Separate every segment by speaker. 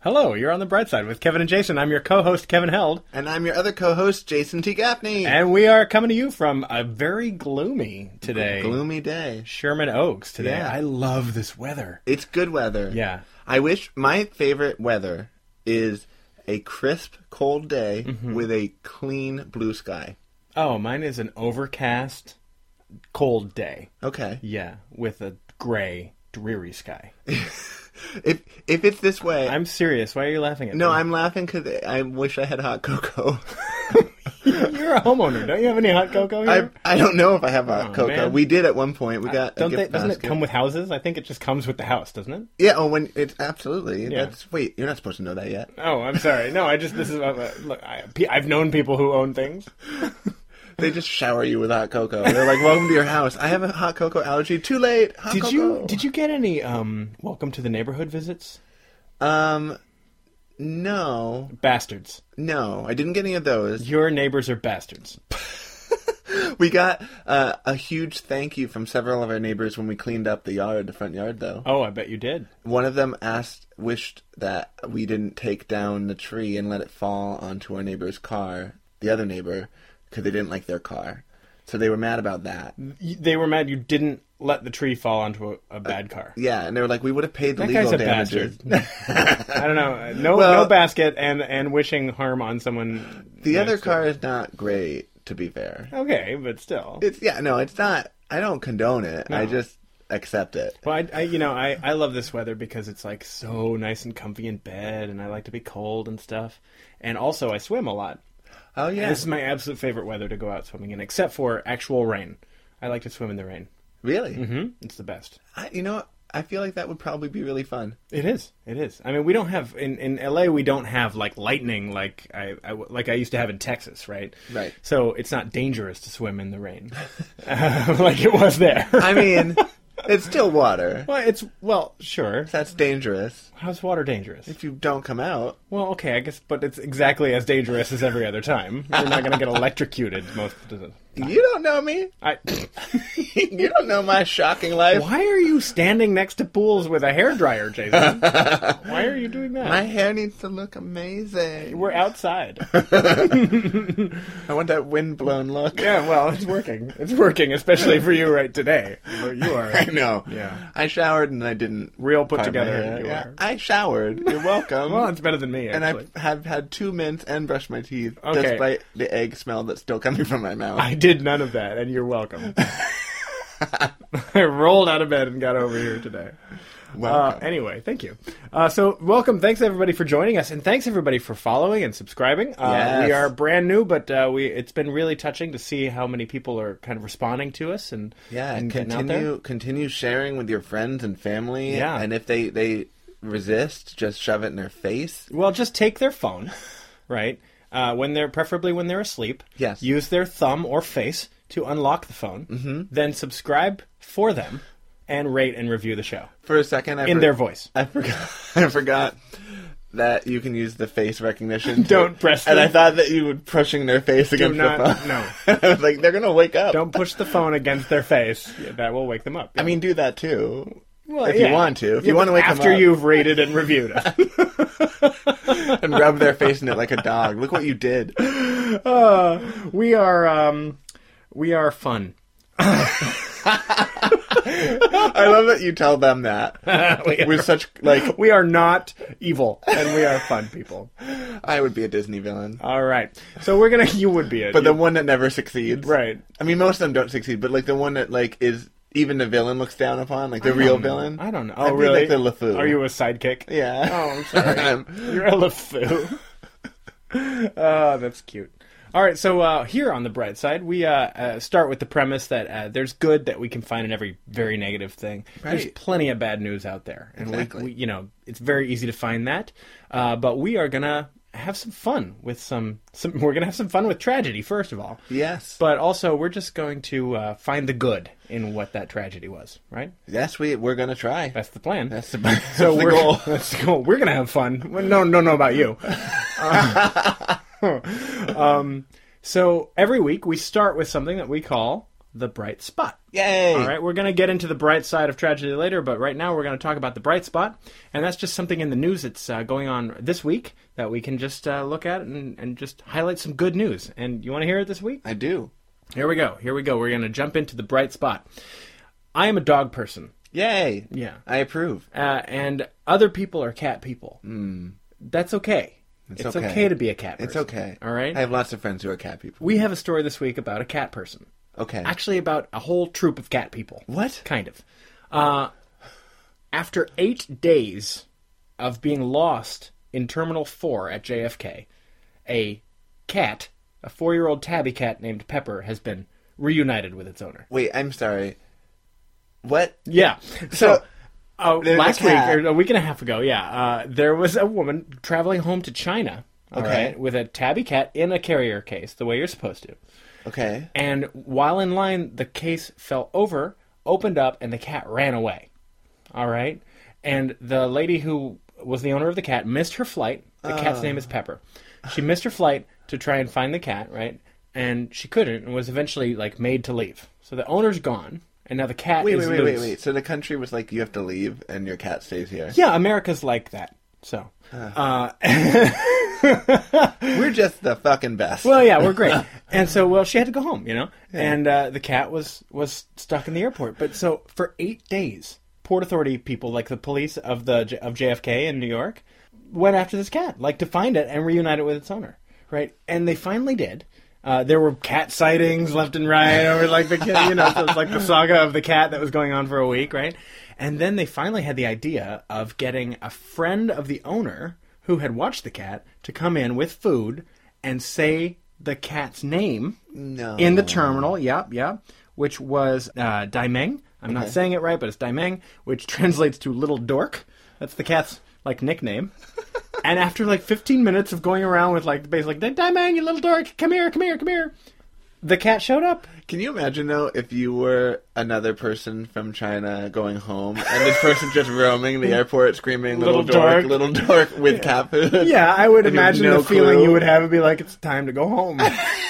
Speaker 1: Hello, you're on the bright side with Kevin and Jason. I'm your co-host Kevin Held,
Speaker 2: And I'm your other co-host, Jason T. Gaffney.
Speaker 1: and we are coming to you from a very gloomy today,
Speaker 2: Gloomy day.
Speaker 1: Sherman Oaks today.
Speaker 2: Yeah.
Speaker 1: I love this weather.
Speaker 2: It's good weather.
Speaker 1: Yeah.
Speaker 2: I wish my favorite weather is a crisp, cold day
Speaker 1: Mm-hmm.
Speaker 2: with a clean blue sky.
Speaker 1: Oh, mine is an overcast, cold day.
Speaker 2: Okay.
Speaker 1: Yeah, with a gray, dreary sky.
Speaker 2: If if it's this way,
Speaker 1: I'm serious. Why are you laughing at
Speaker 2: no,
Speaker 1: me?
Speaker 2: I'm laughing because I wish I had hot cocoa.
Speaker 1: You're a homeowner. Don't you have any hot cocoa here?
Speaker 2: I I don't know if I have hot
Speaker 1: Oh,
Speaker 2: cocoa.
Speaker 1: man.
Speaker 2: We did at one point. We got a
Speaker 1: Don't
Speaker 2: gift
Speaker 1: they, doesn't it
Speaker 2: basket.
Speaker 1: come with houses? I think it just comes with the house, doesn't it?
Speaker 2: Yeah. Oh, when it's absolutely.
Speaker 1: Yeah.
Speaker 2: That's wait. You're not supposed to know that yet.
Speaker 1: Oh, I'm sorry. No, I just this is uh, look. I, I've known people who own things.
Speaker 2: They just shower you with hot cocoa. They're like, "Welcome to your house." I have a hot cocoa allergy. Too late. Hot
Speaker 1: Did
Speaker 2: cocoa.
Speaker 1: you did you get any um welcome to the neighborhood visits?
Speaker 2: Um, no,
Speaker 1: Bastards.
Speaker 2: no, I didn't get any of those.
Speaker 1: Your neighbors are bastards.
Speaker 2: We got uh, a huge thank you from several of our neighbors when we cleaned up the yard, the front yard, though.
Speaker 1: Oh, I bet you did.
Speaker 2: One of them asked, wished that we didn't take down the tree and let it fall onto our neighbor's car, the other neighbor, because they didn't like their car. So they were mad about that.
Speaker 1: Y- They were mad you didn't let the tree fall onto a, a bad car.
Speaker 2: Yeah, and they were like, we would have paid the
Speaker 1: That
Speaker 2: legal
Speaker 1: guy's a
Speaker 2: damages.
Speaker 1: I don't know. No
Speaker 2: Well-
Speaker 1: no basket and and wishing harm on someone.
Speaker 2: the other
Speaker 1: next to-
Speaker 2: car is not great, to be fair.
Speaker 1: Okay, but still.
Speaker 2: It's yeah, no, it's not. I don't condone it. I
Speaker 1: No.
Speaker 2: just accept it.
Speaker 1: Well, I, I you know I, I love this weather because it's like so nice and comfy in bed, and I like to be cold and stuff. And also, I swim a lot.
Speaker 2: Oh yeah,
Speaker 1: And This is my absolute favorite weather to go out swimming in, except for actual rain. I like to swim in the rain.
Speaker 2: really?
Speaker 1: hmm It's the best.
Speaker 2: I, you know, I feel like that would probably be really fun.
Speaker 1: It is. It is. I mean, we don't have in, in LA. We don't have like lightning like I, I w- like I used to have in Texas, right?
Speaker 2: Right.
Speaker 1: So it's not dangerous to swim in the rain, uh, like it was there.
Speaker 2: I mean, it's still water.
Speaker 1: well, it's well, sure.
Speaker 2: That's dangerous
Speaker 1: How's water dangerous?
Speaker 2: if you don't come out.
Speaker 1: Well, okay, I guess, but it's exactly as dangerous as every other time. You're not going to get electrocuted most of the.
Speaker 2: You don't know me.
Speaker 1: I,
Speaker 2: you don't know my shocking life.
Speaker 1: why are you standing next to pools with a hairdryer, Jason? Why are you doing that?
Speaker 2: My hair needs to look amazing.
Speaker 1: We're outside.
Speaker 2: I want that windblown look.
Speaker 1: Yeah, well, it's working. It's working, especially for you right today. Where you
Speaker 2: I
Speaker 1: are
Speaker 2: know.
Speaker 1: Yeah.
Speaker 2: I showered and I didn't.
Speaker 1: real put
Speaker 2: part of my
Speaker 1: together.
Speaker 2: hair.
Speaker 1: You
Speaker 2: Yeah.
Speaker 1: are.
Speaker 2: I showered. You're welcome.
Speaker 1: Well, it's better than me,
Speaker 2: and
Speaker 1: actually.
Speaker 2: I have had two mints and brushed my teeth
Speaker 1: Okay.
Speaker 2: despite the egg smell that's still coming from my mouth.
Speaker 1: I did none of that, and you're welcome. I rolled out of bed and got over here today. Uh,
Speaker 2: Welcome.
Speaker 1: anyway, thank you. Uh, so, welcome. Thanks everybody for joining us, and thanks everybody for following and subscribing. Uh,
Speaker 2: Yes.
Speaker 1: We are brand new, but uh, we it's been really touching to see how many people are kind of responding to us and
Speaker 2: Yeah,
Speaker 1: and
Speaker 2: and
Speaker 1: getting out
Speaker 2: continue
Speaker 1: there.
Speaker 2: continue sharing with your friends and family.
Speaker 1: Yeah.
Speaker 2: and if they they resist, just shove it in their face.
Speaker 1: Well, just take their phone, right? Uh, when they're preferably when they're asleep.
Speaker 2: Yes.
Speaker 1: Use their thumb or face to unlock the phone. Mm-hmm. Then subscribe for them and rate and review the show
Speaker 2: For a second, I
Speaker 1: in
Speaker 2: for-
Speaker 1: their voice.
Speaker 2: I forgot. I forgot that you can use the face recognition. to-
Speaker 1: Don't press
Speaker 2: And
Speaker 1: them.
Speaker 2: I thought that you were pushing their face against the
Speaker 1: not-
Speaker 2: phone.
Speaker 1: no.
Speaker 2: I was like, they're gonna wake up.
Speaker 1: Don't push the phone against their face. Yeah, that will wake them up.
Speaker 2: I mean, do that too.
Speaker 1: Well,
Speaker 2: if
Speaker 1: yeah.
Speaker 2: you want to, if
Speaker 1: Yeah,
Speaker 2: you want to
Speaker 1: but
Speaker 2: wake
Speaker 1: after
Speaker 2: them up
Speaker 1: you've rated and reviewed it.
Speaker 2: and rub their face in it like a dog. Look what you did.
Speaker 1: Uh, we are um, we are fun.
Speaker 2: I love that you tell them that
Speaker 1: we, are,
Speaker 2: with such like.
Speaker 1: we are not evil, and we are fun people.
Speaker 2: I would be a Disney villain,
Speaker 1: All right, so we're gonna. You would be it,
Speaker 2: but the one that never succeeds.
Speaker 1: right?
Speaker 2: I mean, most of them don't succeed, but like the one that like is even the villain looks down upon, like the real villain.
Speaker 1: I don't know.
Speaker 2: I'd
Speaker 1: Oh,
Speaker 2: be
Speaker 1: really?
Speaker 2: Like the LeFou.
Speaker 1: Are you a sidekick?
Speaker 2: Yeah.
Speaker 1: Oh, I'm sorry.
Speaker 2: Um,
Speaker 1: You're a LeFou. uh, that's cute. All right, so uh, here on the bright side, we uh, uh, start with the premise that uh, there's good that we can find in every very negative thing. There's
Speaker 2: Right.
Speaker 1: plenty of bad news out there, and we-
Speaker 2: Exactly.
Speaker 1: we, you know, it's very easy to find that. Uh, but we are gonna have some fun with some, some we're gonna have some fun with tragedy first of all
Speaker 2: Yes.
Speaker 1: but also we're just going to uh, find the good in what that tragedy was right
Speaker 2: yes, we we're gonna try.
Speaker 1: that's the plan
Speaker 2: That's the, that's
Speaker 1: so
Speaker 2: the
Speaker 1: we're,
Speaker 2: goal.
Speaker 1: That's the goal. We're gonna have fun. Well, no, no, no about you. Uh, um, so every week we start with something that we call the bright spot.
Speaker 2: Yay!
Speaker 1: All right, we're going to get into the bright side of tragedy later, but right now we're going to talk about the bright spot, and that's just something in the news that's uh, going on this week that we can just uh, look at and, and just highlight some good news. And you want to hear it this week?
Speaker 2: I do.
Speaker 1: Here we go. Here we go. We're going to jump into the bright spot. I am a dog person.
Speaker 2: Yay!
Speaker 1: Yeah.
Speaker 2: I approve.
Speaker 1: uh, and other people are cat people. Mm. That's okay. It's, okay.
Speaker 2: Hmm. okay.
Speaker 1: to be a cat. Person,
Speaker 2: It's okay.
Speaker 1: All right.
Speaker 2: I have lots of friends who are cat people.
Speaker 1: we have a story this week about a cat person.
Speaker 2: okay.
Speaker 1: Actually, about a whole troop of cat people.
Speaker 2: What?
Speaker 1: Kind of. Uh, after eight days of being lost in Terminal Four at JFK, a cat, a four-year-old tabby cat named Pepper, has been reunited with its owner.
Speaker 2: Wait, I'm sorry. What?
Speaker 1: Yeah. So,
Speaker 2: So,
Speaker 1: uh,
Speaker 2: there's a
Speaker 1: last week
Speaker 2: cat.
Speaker 1: or a week and a half ago, yeah, uh, there was a woman traveling home to China, all
Speaker 2: Okay.
Speaker 1: right, with a tabby cat in a carrier case, the way you're supposed to.
Speaker 2: Okay.
Speaker 1: And while in line, the case fell over, opened up, and the cat ran away. All right. And the lady who was the owner of the cat missed her flight. The cat's name
Speaker 2: Ah.
Speaker 1: is Pepper. She missed her flight to try and find the cat, right? And she couldn't, and was eventually like made to leave. So the owner's gone, and now the cat
Speaker 2: Wait,
Speaker 1: is
Speaker 2: wait, wait, wait,
Speaker 1: loose.
Speaker 2: wait. So the country was like, you have to leave, and your cat stays here.
Speaker 1: Yeah, America's like that. So,
Speaker 2: We're just the fucking best.
Speaker 1: well, yeah, we're great. and so, well, she had to go home, you know. And uh, the cat was was stuck in the airport. But so for eight days, Port Authority people, like the police of the J- of JFK in New York, went after this cat, like to find it and reunite it with its owner, right? And they finally did. Uh, there were cat sightings left and right over like the cat- you know so it's like the saga of the cat that was going on for a week, right? And then they finally had the idea of getting a friend of the owner who had watched the cat to come in with food and say the cat's name
Speaker 2: No.
Speaker 1: in the terminal. Yep, yep. Which was uh, Daimeng. I'm not saying it right, but it's Daimeng, which translates to little dork. That's the cat's like nickname. and after like 15 minutes of going around with like basically like Daimeng, you little dork, come here, come here, come here. The cat showed up.
Speaker 2: Can you imagine though if you were another person from China going home and this person just roaming the airport screaming little,
Speaker 1: Little
Speaker 2: dork,
Speaker 1: dork."
Speaker 2: little dork with cat food?
Speaker 1: Yeah, I would
Speaker 2: And you have
Speaker 1: imagine
Speaker 2: no
Speaker 1: the feeling
Speaker 2: clue.
Speaker 1: you would have would be like it's time to go home.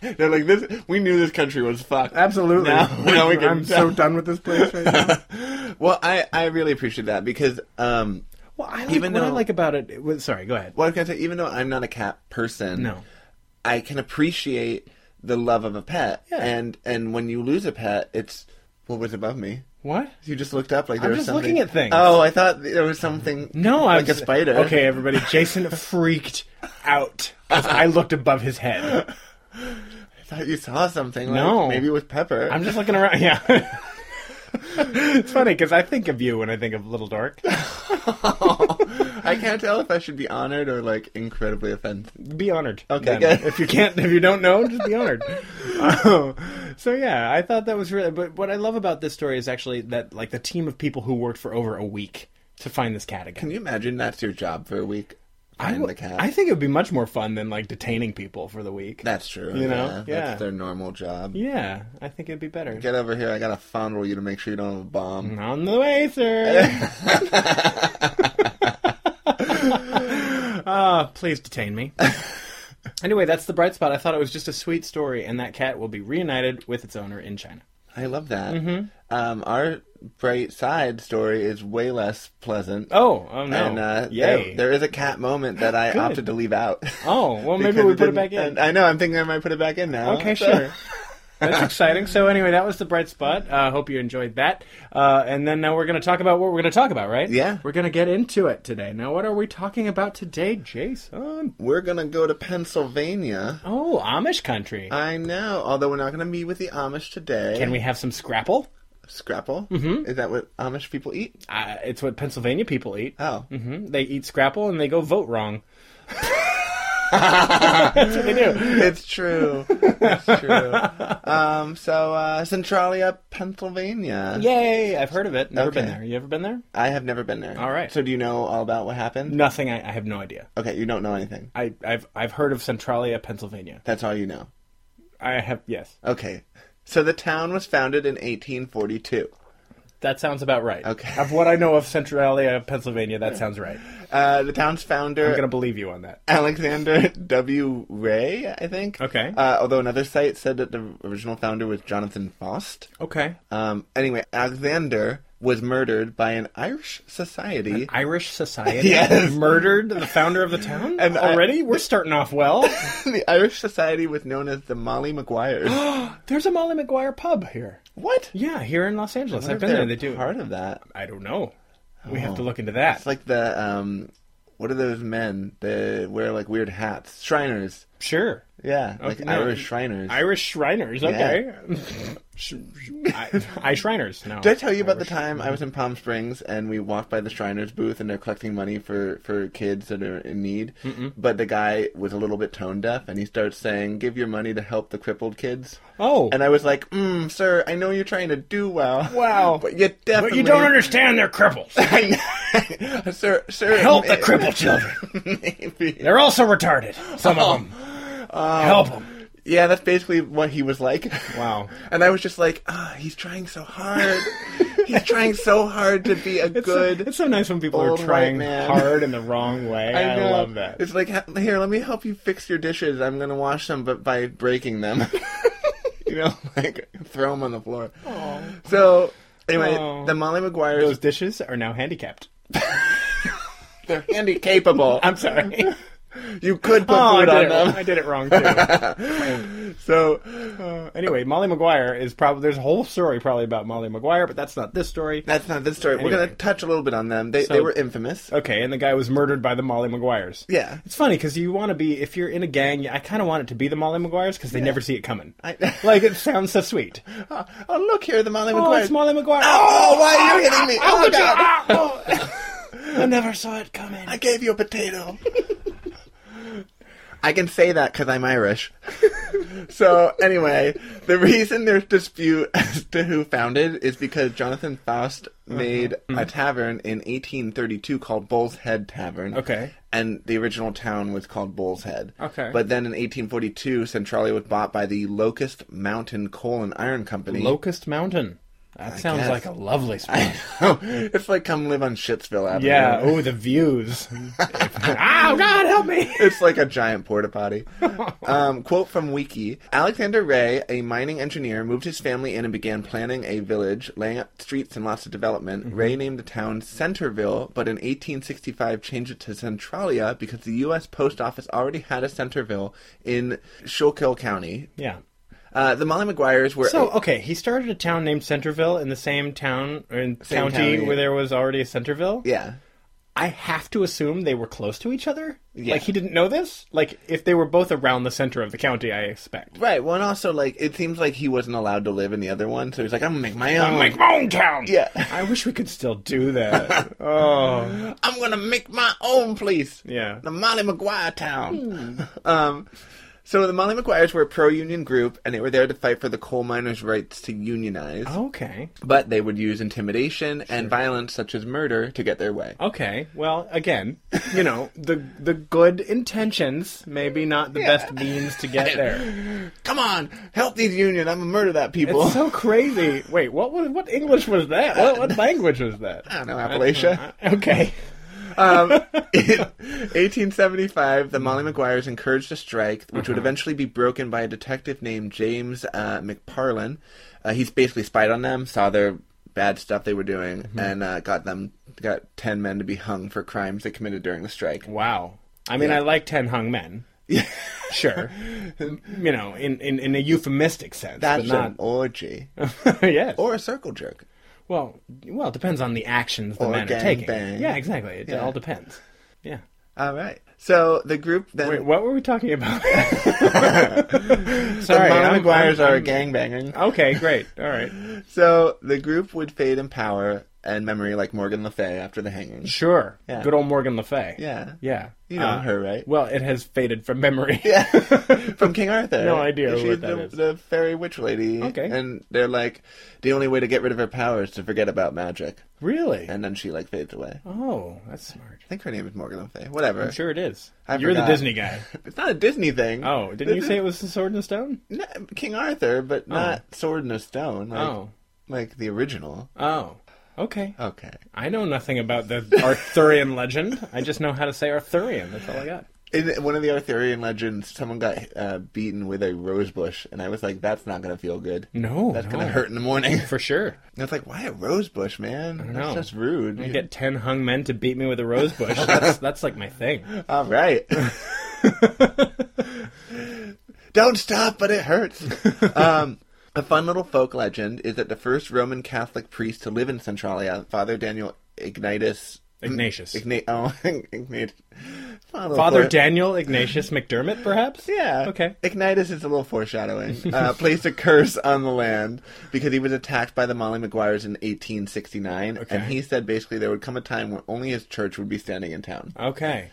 Speaker 2: They're like this we knew this country was fucked.
Speaker 1: Absolutely.
Speaker 2: Now, now we can
Speaker 1: I'm so done with this place right now.
Speaker 2: Well, I, I really appreciate that because um
Speaker 1: Well, I like,
Speaker 2: Even
Speaker 1: what I
Speaker 2: though-
Speaker 1: like about it, it was, sorry, go ahead.
Speaker 2: what I was gonna say, even though I'm not a cat person,
Speaker 1: No.
Speaker 2: I can appreciate the love of a pet.
Speaker 1: Yeah.
Speaker 2: And and when you lose a pet, it's what was above me.
Speaker 1: What?
Speaker 2: You just looked up like
Speaker 1: I'm
Speaker 2: there
Speaker 1: just
Speaker 2: was something.
Speaker 1: looking at things.
Speaker 2: Oh, I thought there was something.
Speaker 1: No, I
Speaker 2: like
Speaker 1: was
Speaker 2: a spider.
Speaker 1: Okay, everybody. Jason freaked out 'cause I looked above his head.
Speaker 2: I thought you saw something. Like,
Speaker 1: No.
Speaker 2: maybe with pepper.
Speaker 1: I'm just looking around. Yeah. it's funny because I think of you when I think of Little Dork.
Speaker 2: I can't tell if I should be honored or like incredibly offended.
Speaker 1: Be honored.
Speaker 2: Okay,
Speaker 1: then.
Speaker 2: good.
Speaker 1: If you can't, if you don't know, just be honored. Oh, so yeah, I thought that was really. But what I love about this story is actually that like the team of people who worked for over a week to find this cat again.
Speaker 2: Can you imagine that's your job for a week?
Speaker 1: I,
Speaker 2: Find
Speaker 1: w-
Speaker 2: the cat.
Speaker 1: I think it would be much more fun than like detaining people for the week.
Speaker 2: that's true.
Speaker 1: You know?
Speaker 2: yeah,
Speaker 1: Yeah.
Speaker 2: that's their normal job.
Speaker 1: yeah, I think it'd be better.
Speaker 2: Get over here. I gotta fondle you to make sure you don't have a bomb.
Speaker 1: On the way, sir. Ah, please detain me. anyway, that's the bright spot. I thought it was just a sweet story, and that cat will be reunited with its owner in China.
Speaker 2: I love that.
Speaker 1: Mm-hmm.
Speaker 2: Um, our bright side story is way less pleasant.
Speaker 1: Oh, oh no!
Speaker 2: And uh,
Speaker 1: Yay!
Speaker 2: there, there is a cat moment that I opted to leave out.
Speaker 1: Oh, well, maybe
Speaker 2: Because
Speaker 1: we put it
Speaker 2: didn't-
Speaker 1: back in.
Speaker 2: and I know. I'm thinking I might put it back in now.
Speaker 1: Okay,
Speaker 2: So-
Speaker 1: sure. That's exciting. So anyway, that was the bright spot. I uh, hope you enjoyed that. Uh, and then now we're going to talk about what we're going to talk about, right?
Speaker 2: Yeah.
Speaker 1: We're going to get into it today. Now, what are we talking about today, Jason?
Speaker 2: We're gonna go to Pennsylvania.
Speaker 1: Oh, Amish country.
Speaker 2: I know. Although we're not gonna meet with the Amish today.
Speaker 1: Can we have some scrapple?
Speaker 2: Scrapple? Mm-hmm. Is that what Amish people eat?
Speaker 1: Uh, it's what Pennsylvania people eat.
Speaker 2: Oh,
Speaker 1: hmm They eat scrapple and they go vote wrong. That's what they do.
Speaker 2: It's true. It's true. Um, so uh, Centralia, Pennsylvania.
Speaker 1: Yay! I've heard of it. Never been
Speaker 2: Okay.
Speaker 1: there. You ever been there?
Speaker 2: I have never been there.
Speaker 1: All right.
Speaker 2: So do you know all about what happened?
Speaker 1: Nothing. I, I have no idea.
Speaker 2: Okay, you don't know anything.
Speaker 1: I, I've I've heard of Centralia, Pennsylvania.
Speaker 2: That's all you know.
Speaker 1: I have yes.
Speaker 2: Okay. So the town was founded in 1842.
Speaker 1: That sounds about right.
Speaker 2: Okay.
Speaker 1: Of what I know of Centralia, Pennsylvania, that sounds right.
Speaker 2: Uh, the town's
Speaker 1: I'm
Speaker 2: founder
Speaker 1: gonna believe you on that.
Speaker 2: Alexander W. Ray, I think.
Speaker 1: Okay.
Speaker 2: Uh, although another site said that the original founder was Jonathan Faust.
Speaker 1: Okay.
Speaker 2: Um, anyway, Alexander was murdered by an Irish society.
Speaker 1: Irish society
Speaker 2: Yes.
Speaker 1: murdered the founder of the town
Speaker 2: And I-
Speaker 1: already. We're starting off well.
Speaker 2: the Irish society was known as the Molly Maguires.
Speaker 1: There's a Molly McGuire pub here.
Speaker 2: what?
Speaker 1: Yeah, here in Los Angeles. I've
Speaker 2: If
Speaker 1: been
Speaker 2: they're
Speaker 1: there. They do.
Speaker 2: part of that.
Speaker 1: I don't know. We have to look into that.
Speaker 2: Oh. It's like the um, what are those men that wear like weird hats? Shriners.
Speaker 1: sure.
Speaker 2: Yeah,
Speaker 1: Okay,
Speaker 2: like
Speaker 1: no,
Speaker 2: Irish Shriners.
Speaker 1: Irish Shriners. Okay. Sh- sh- I, I Shriners. No.
Speaker 2: Did I tell you about the time I was in Palm Springs and we walked by the Shriners booth and they're collecting money for, for kids that are in need? But the guy was a little bit tone deaf and he starts saying, "Give your money to help the crippled kids."
Speaker 1: Oh.
Speaker 2: And I was like, mm, "Sir, I know you're trying to do well,
Speaker 1: Wow.
Speaker 2: but you definitely
Speaker 1: but you don't understand. They're cripples.
Speaker 2: I know. sir, sir,
Speaker 1: Help the
Speaker 2: may-
Speaker 1: crippled children.
Speaker 2: Maybe.
Speaker 1: They're also retarded. Some
Speaker 2: Oh.
Speaker 1: of them. Help them.
Speaker 2: Yeah, that's basically what he was like.
Speaker 1: Wow.
Speaker 2: And I was just like, ah, he's trying so hard. he's trying so hard to be a good.
Speaker 1: It's so nice when people
Speaker 2: old
Speaker 1: are
Speaker 2: white
Speaker 1: trying
Speaker 2: man.
Speaker 1: hard in the wrong way. I,
Speaker 2: know.
Speaker 1: love that.
Speaker 2: It's like, "Ha- here, let me help you fix your dishes. I'm gonna wash them, but by breaking them, you know, like throw them on the floor. So anyway,
Speaker 1: Aw.
Speaker 2: the Molly Maguires,
Speaker 1: Those dishes are now handicapped.
Speaker 2: they're handy capable.
Speaker 1: I'm sorry.
Speaker 2: you could put
Speaker 1: oh, I
Speaker 2: food
Speaker 1: did,
Speaker 2: on
Speaker 1: it, I
Speaker 2: them.
Speaker 1: did it wrong too.
Speaker 2: So
Speaker 1: anyway, Molly Maguire is probably there's a whole story probably about Molly Maguire, but that's not this story.
Speaker 2: that's not this story. We're
Speaker 1: Anyway.
Speaker 2: gonna touch a little bit on them. They
Speaker 1: So- Oh.
Speaker 2: they were infamous.
Speaker 1: Okay, and the guy was murdered by the Molly Maguires.
Speaker 2: Yeah.
Speaker 1: It's funny because you want to be if you're in a gang. I kind of want it to be the Molly Maguires because they never see it coming.
Speaker 2: I-
Speaker 1: like it sounds so sweet.
Speaker 2: Oh, oh, look here, the Molly
Speaker 1: Oh,
Speaker 2: Maguires.
Speaker 1: it's Molly Maguire.
Speaker 2: Oh, why are you hitting me? Oh, God.
Speaker 1: I never saw it coming.
Speaker 2: I gave you a potato. I can say that because I'm Irish. so, anyway, the reason there's dispute as to who founded is because Jonathan Faust made a tavern in 1832 called Bull's Head Tavern.
Speaker 1: Okay.
Speaker 2: And the original town was called Bull's Head.
Speaker 1: Okay.
Speaker 2: But then in 1842, Centralia was bought by the Locust Mountain Coal and Iron Company.
Speaker 1: Locust Mountain. That sounds
Speaker 2: guess.
Speaker 1: like a lovely spot.
Speaker 2: it's like come live on Shittsville Avenue.
Speaker 1: yeah. Oh, the views. oh God, help me.
Speaker 2: It's like a giant porta potty. Um, quote from Wiki Alexander Ray, a mining engineer, moved his family in and began planning a village, laying out streets and lots of development.
Speaker 1: Mm-hmm.
Speaker 2: Ray named the town Centerville, but in 1865 changed it to Centralia because the U.S. Post Office already had a Centerville in Schuylkill County.
Speaker 1: Yeah.
Speaker 2: Uh, the Molly Maguires were.
Speaker 1: So okay, he started a town named Centerville in the same town or in
Speaker 2: Same
Speaker 1: county
Speaker 2: county.
Speaker 1: where there was already a Centerville.
Speaker 2: yeah.
Speaker 1: I have to assume they were close to each other.
Speaker 2: Yeah.
Speaker 1: Like he didn't know this. Like if they were both around the center of the county, I expect.
Speaker 2: Right. Well, and also, like, it seems like he wasn't allowed to live in the other one, so he's like, I'm going to make my own.
Speaker 1: I'm like my own town.
Speaker 2: Yeah.
Speaker 1: I wish we could still do that. oh.
Speaker 2: I'm gonna make my own place.
Speaker 1: Yeah. Hmm.
Speaker 2: The Molly Maguire town. um, so the Molly Maguires were a pro-union group, and they were there to fight for the coal miners' rights to unionize.
Speaker 1: Oh. Okay.
Speaker 2: But they would use intimidation and violence, such as murder, to get their
Speaker 1: Oh.
Speaker 2: way.
Speaker 1: Okay. Well, again, you know, the the good intentions maybe not the best means to get there.
Speaker 2: Come on, help these union! I'm gonna murder that people.
Speaker 1: It's so crazy. Wait, what was what English was that? What, what language was that?
Speaker 2: I don't know, Appalachia.
Speaker 1: Okay.
Speaker 2: Um, in 1875, the Molly Maguires encouraged a strike, which
Speaker 1: Uh-huh.
Speaker 2: would eventually be broken by a detective named James uh, McParlin. Uh, he's basically spied on them, saw their bad stuff they were doing,
Speaker 1: Mm-hmm.
Speaker 2: and uh, got them got ten men to be hung for crimes they committed during the strike.
Speaker 1: Wow. I mean, I like ten hung men. sure. You know, in, in, in a euphemistic sense,
Speaker 2: That's
Speaker 1: but not
Speaker 2: an orgy
Speaker 1: yes.
Speaker 2: or a circle jerk.
Speaker 1: well, well, it depends on the actions the
Speaker 2: Or
Speaker 1: men are
Speaker 2: gang
Speaker 1: taking.
Speaker 2: bang.
Speaker 1: Yeah, exactly. It
Speaker 2: Yeah.
Speaker 1: all depends. Yeah.
Speaker 2: All right. So the group then.
Speaker 1: Wait, what were we talking about?
Speaker 2: the
Speaker 1: Sorry,
Speaker 2: Molly
Speaker 1: I'm-
Speaker 2: Maguires
Speaker 1: I'm-
Speaker 2: are
Speaker 1: I'm-
Speaker 2: gangbanging.
Speaker 1: Okay, great. All right.
Speaker 2: So the group would fade in power, and memory like Morgan Le Fay after the hanging.
Speaker 1: Sure.
Speaker 2: Yeah.
Speaker 1: Good old Morgan Le Fay.
Speaker 2: Yeah.
Speaker 1: Yeah. Uh,
Speaker 2: You know her, right?
Speaker 1: Well, it has faded from memory.
Speaker 2: Yeah. From King Arthur.
Speaker 1: No idea
Speaker 2: She's
Speaker 1: what
Speaker 2: the,
Speaker 1: that is.
Speaker 2: the fairy witch lady.
Speaker 1: Okay.
Speaker 2: And they're like, the only way to get rid of her power is to forget about magic.
Speaker 1: Really?
Speaker 2: And then she like fades away. I
Speaker 1: Oh, that's smart.
Speaker 2: think her name is Morgan Le Fay. Whatever.
Speaker 1: I'm sure it is.
Speaker 2: I
Speaker 1: You're
Speaker 2: forgot.
Speaker 1: the Disney guy.
Speaker 2: It's not a Disney thing.
Speaker 1: Oh, didn't you say it was the Sword and the Stone?
Speaker 2: N- King Arthur, but not Sword and a Stone. Like,
Speaker 1: Oh.
Speaker 2: Like the original.
Speaker 1: Oh. Okay.
Speaker 2: Okay.
Speaker 1: I know nothing about the Arthurian legend. I just know how to say Arthurian. That's all I got.
Speaker 2: In one of the Arthurian legends, someone got uh, beaten with a rose bush, and I was like, "That's not gonna feel good.
Speaker 1: No.
Speaker 2: That's
Speaker 1: no.
Speaker 2: gonna hurt in the morning."
Speaker 1: For sure.
Speaker 2: And it's like, why a rose bush, man? That's
Speaker 1: know.
Speaker 2: just rude.
Speaker 1: I get 10 hung men to beat me with a rose bush. That's, that's like my thing.
Speaker 2: All right. Don't stop, but it hurts. um, a fun little folk legend is that the first Roman Catholic priest to live in Centralia, Father Daniel Ignatus.
Speaker 1: Ignatius.
Speaker 2: Igna- oh, Ignatius. Father,
Speaker 1: Father
Speaker 2: Fort-
Speaker 1: Daniel Ignatius McDermott, perhaps?
Speaker 2: Yeah.
Speaker 1: Okay.
Speaker 2: Ignitus is a little foreshadowing. Uh, placed a curse on the land because he was attacked by the Molly Maguires in 1869, and he said basically there would come a time when only his church would be standing in town.
Speaker 1: Okay.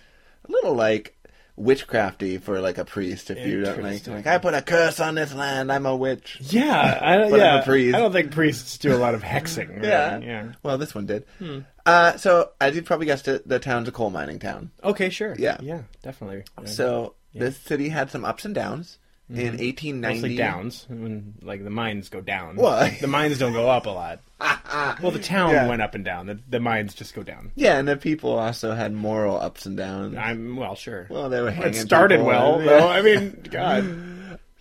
Speaker 2: A little like witchcrafty for like a priest if you don't like.
Speaker 1: Interesting.
Speaker 2: Like I put a curse on this land. I'm a witch.
Speaker 1: Yeah, I don't,
Speaker 2: But I'm
Speaker 1: yeah.
Speaker 2: a priest.
Speaker 1: I don't think priests do a lot of hexing. really. yeah. Hmm.
Speaker 2: Well, this one did. Uh, so as you probably guessed it, the town's a coal mining town.
Speaker 1: Okay, sure.
Speaker 2: Yeah.
Speaker 1: yeah, definitely. Yeah. Mm-hmm.
Speaker 2: So this city had some ups and downs. In 1890,
Speaker 1: mostly downs when like the mines go down.
Speaker 2: Well-
Speaker 1: the mines don't go up a lot. well, the town
Speaker 2: Yeah.
Speaker 1: went up and down. The, the mines just go down.
Speaker 2: Yeah, and the people also had moral ups and downs.
Speaker 1: I'm well, sure.
Speaker 2: Well, they were hanging
Speaker 1: it started
Speaker 2: people
Speaker 1: well,
Speaker 2: and-
Speaker 1: though. I mean, God.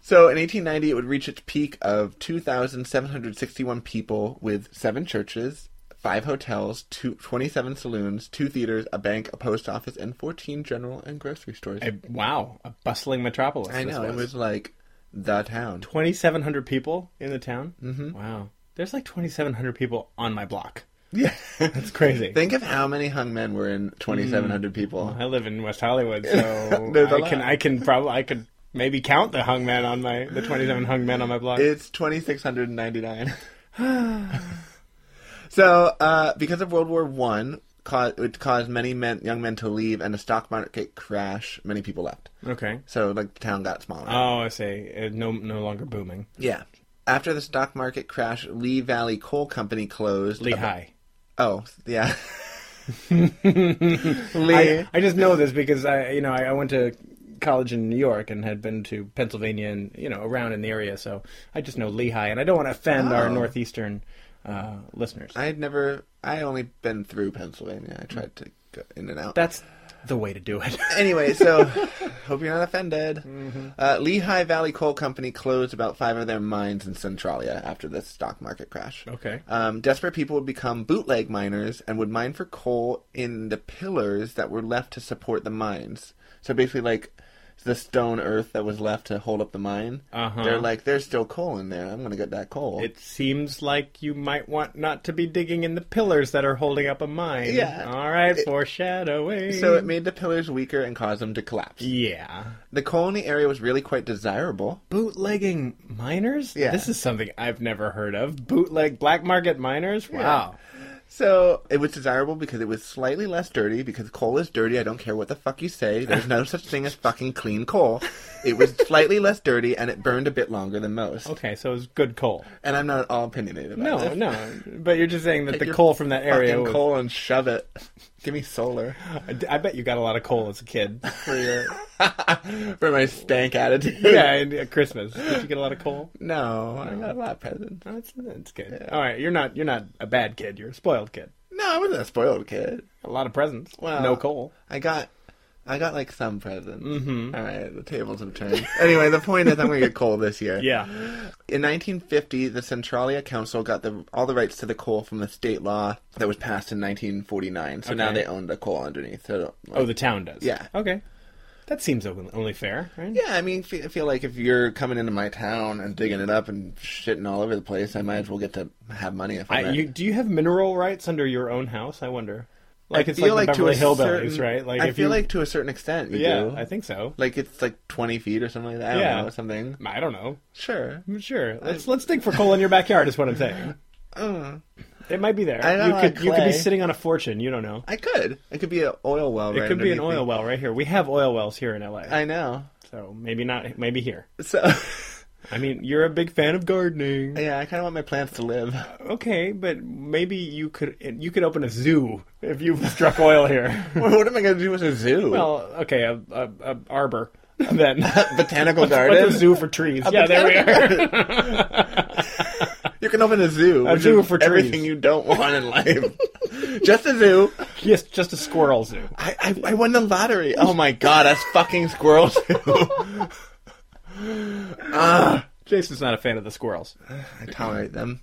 Speaker 2: So in 1890, it would reach its peak of 2,761 people with seven churches, five hotels, two, 27 saloons, two theaters, a bank, a post office, and 14 general and grocery stores.
Speaker 1: I, wow, a bustling metropolis.
Speaker 2: I
Speaker 1: this
Speaker 2: know. It
Speaker 1: was.
Speaker 2: was like the town.
Speaker 1: 2,700 people in the town. Mm-hmm. Wow, there's like 2,700 people on my block.
Speaker 2: Yeah.
Speaker 1: It's crazy.
Speaker 2: Think of how many hung men were in 2,700 people.
Speaker 1: I live in West Hollywood, so
Speaker 2: There's a
Speaker 1: I can
Speaker 2: lot.
Speaker 1: I can probably I could maybe count the hung men on my the twenty seven hung men on my block.
Speaker 2: It's 2,699. so, uh, because of World War One, ca- it caused many men, young men to leave, and the stock market crash. Many people left.
Speaker 1: okay.
Speaker 2: So, like, the town got smaller.
Speaker 1: Oh, I see. Uh, no, no longer booming.
Speaker 2: yeah. After the stock market crash, Lee Valley Coal Company closed.
Speaker 1: Lehigh.
Speaker 2: Oh, yeah.
Speaker 1: I,
Speaker 2: Lee.
Speaker 1: I just know this because I, you know, I, I went to college in New York and had been to Pennsylvania and you know around in the area, so I just know Lehigh, and I don't want to offend our
Speaker 2: Oh.
Speaker 1: northeastern uh, listeners.
Speaker 2: I, would never. I only been through Pennsylvania. I tried to go in and out.
Speaker 1: That's the way to do it.
Speaker 2: anyway, so hope you're not offended.
Speaker 1: Mm-hmm.
Speaker 2: Uh, Lehigh Valley Coal Company closed about five of their mines in Centralia after the stock market crash.
Speaker 1: Okay.
Speaker 2: Um, desperate people would become bootleg miners and would mine for coal in the pillars that were left to support the mines. So basically, like the stone earth that was left to hold up the mine.
Speaker 1: Uh-huh.
Speaker 2: They're like, there's still coal in there. I'm going to get that coal.
Speaker 1: It seems like you might want not to be digging in the pillars that are holding up a mine.
Speaker 2: Yeah.
Speaker 1: All right, foreshadowing.
Speaker 2: so it made the pillars weaker and caused them to collapse.
Speaker 1: yeah.
Speaker 2: The coal in the area was really quite desirable.
Speaker 1: Bootlegging miners?
Speaker 2: Yeah.
Speaker 1: This is something I've never heard of. Bootleg black market miners? Wow.
Speaker 2: So it was desirable because it was slightly less dirty. Because coal is dirty. I don't care what the fuck you say. There's no such thing as fucking clean coal. It was slightly less dirty and it burned a bit longer than most.
Speaker 1: Okay, so it's good coal.
Speaker 2: And I'm not at all opinionated about
Speaker 1: No,
Speaker 2: this.
Speaker 1: no. But you're just saying that the
Speaker 2: your
Speaker 1: coal from that area
Speaker 2: fucking
Speaker 1: was.
Speaker 2: coal and shove it. Give me solar
Speaker 1: I d- I bet you got a lot of coal as a kid.
Speaker 2: for your for my stank attitude.
Speaker 1: yeah, and at Christmas. Did you get a lot of coal?
Speaker 2: No, I got a lot of presents.
Speaker 1: No, That's, that's good. All right, you're not you're not a bad kid. You're a spoiled kid.
Speaker 2: No, I wasn't a spoiled kid.
Speaker 1: A lot of presents.
Speaker 2: Well-
Speaker 1: no coal.
Speaker 2: I got. I got like some presents. Mm-hmm. All right, the tables have turned. anyway, the point is, I'm going to get coal this year.
Speaker 1: Yeah.
Speaker 2: In 1950, the Centralia Council got the, all the rights to the coal from the state law that was passed in 1949. So now
Speaker 1: Okay.
Speaker 2: they own the coal underneath. So
Speaker 1: Oh, the town does.
Speaker 2: Yeah.
Speaker 1: Okay. That seems only only fair, right?
Speaker 2: yeah, I mean, fe- I feel like if you're coming into my town and digging it up and shitting all over the place, I might as well get to have money if I.
Speaker 1: I, you, do you have mineral rights under your own house? I wonder. Like it's
Speaker 2: feel
Speaker 1: like, the
Speaker 2: to a
Speaker 1: Beverly Hillbillies,
Speaker 2: certain-
Speaker 1: right? Like
Speaker 2: I
Speaker 1: if
Speaker 2: feel
Speaker 1: you,
Speaker 2: like to a certain extent, you
Speaker 1: yeah,
Speaker 2: do.
Speaker 1: I think so.
Speaker 2: like it's like 20 feet or something like that. I
Speaker 1: Yeah.
Speaker 2: don't know something.
Speaker 1: I don't know.
Speaker 2: Sure.
Speaker 1: I'm sure. Let's let's dig for coal in your backyard. Is what I'm saying.
Speaker 2: Uh,
Speaker 1: It might be there.
Speaker 2: I don't
Speaker 1: you
Speaker 2: like
Speaker 1: could you could
Speaker 2: clay.
Speaker 1: be sitting on a fortune. You don't know.
Speaker 2: I could. It could be an oil well.
Speaker 1: It
Speaker 2: right
Speaker 1: could be an
Speaker 2: underneath
Speaker 1: oil
Speaker 2: me.
Speaker 1: well right here. We have oil wells here in LA,
Speaker 2: I know.
Speaker 1: so maybe not. Maybe here.
Speaker 2: So
Speaker 1: I mean, you're a big fan of gardening.
Speaker 2: yeah, I kind of want my plants to live.
Speaker 1: Okay, but maybe you could you could open a zoo if you struck oil here.
Speaker 2: what what am I going to do with a zoo?
Speaker 1: well, okay, a, a, a arbor then.
Speaker 2: botanical
Speaker 1: Like
Speaker 2: garden.
Speaker 1: a zoo for trees. yeah, there we are.
Speaker 2: You can open a zoo. A
Speaker 1: zoo for trees.
Speaker 2: everything you don't want in life. Just a zoo.
Speaker 1: yes, just a squirrel zoo.
Speaker 2: I, I I won the lottery. Oh my god, that's fucking squirrel zoo.
Speaker 1: Jason's not a fan of the squirrels.
Speaker 2: I tolerate them.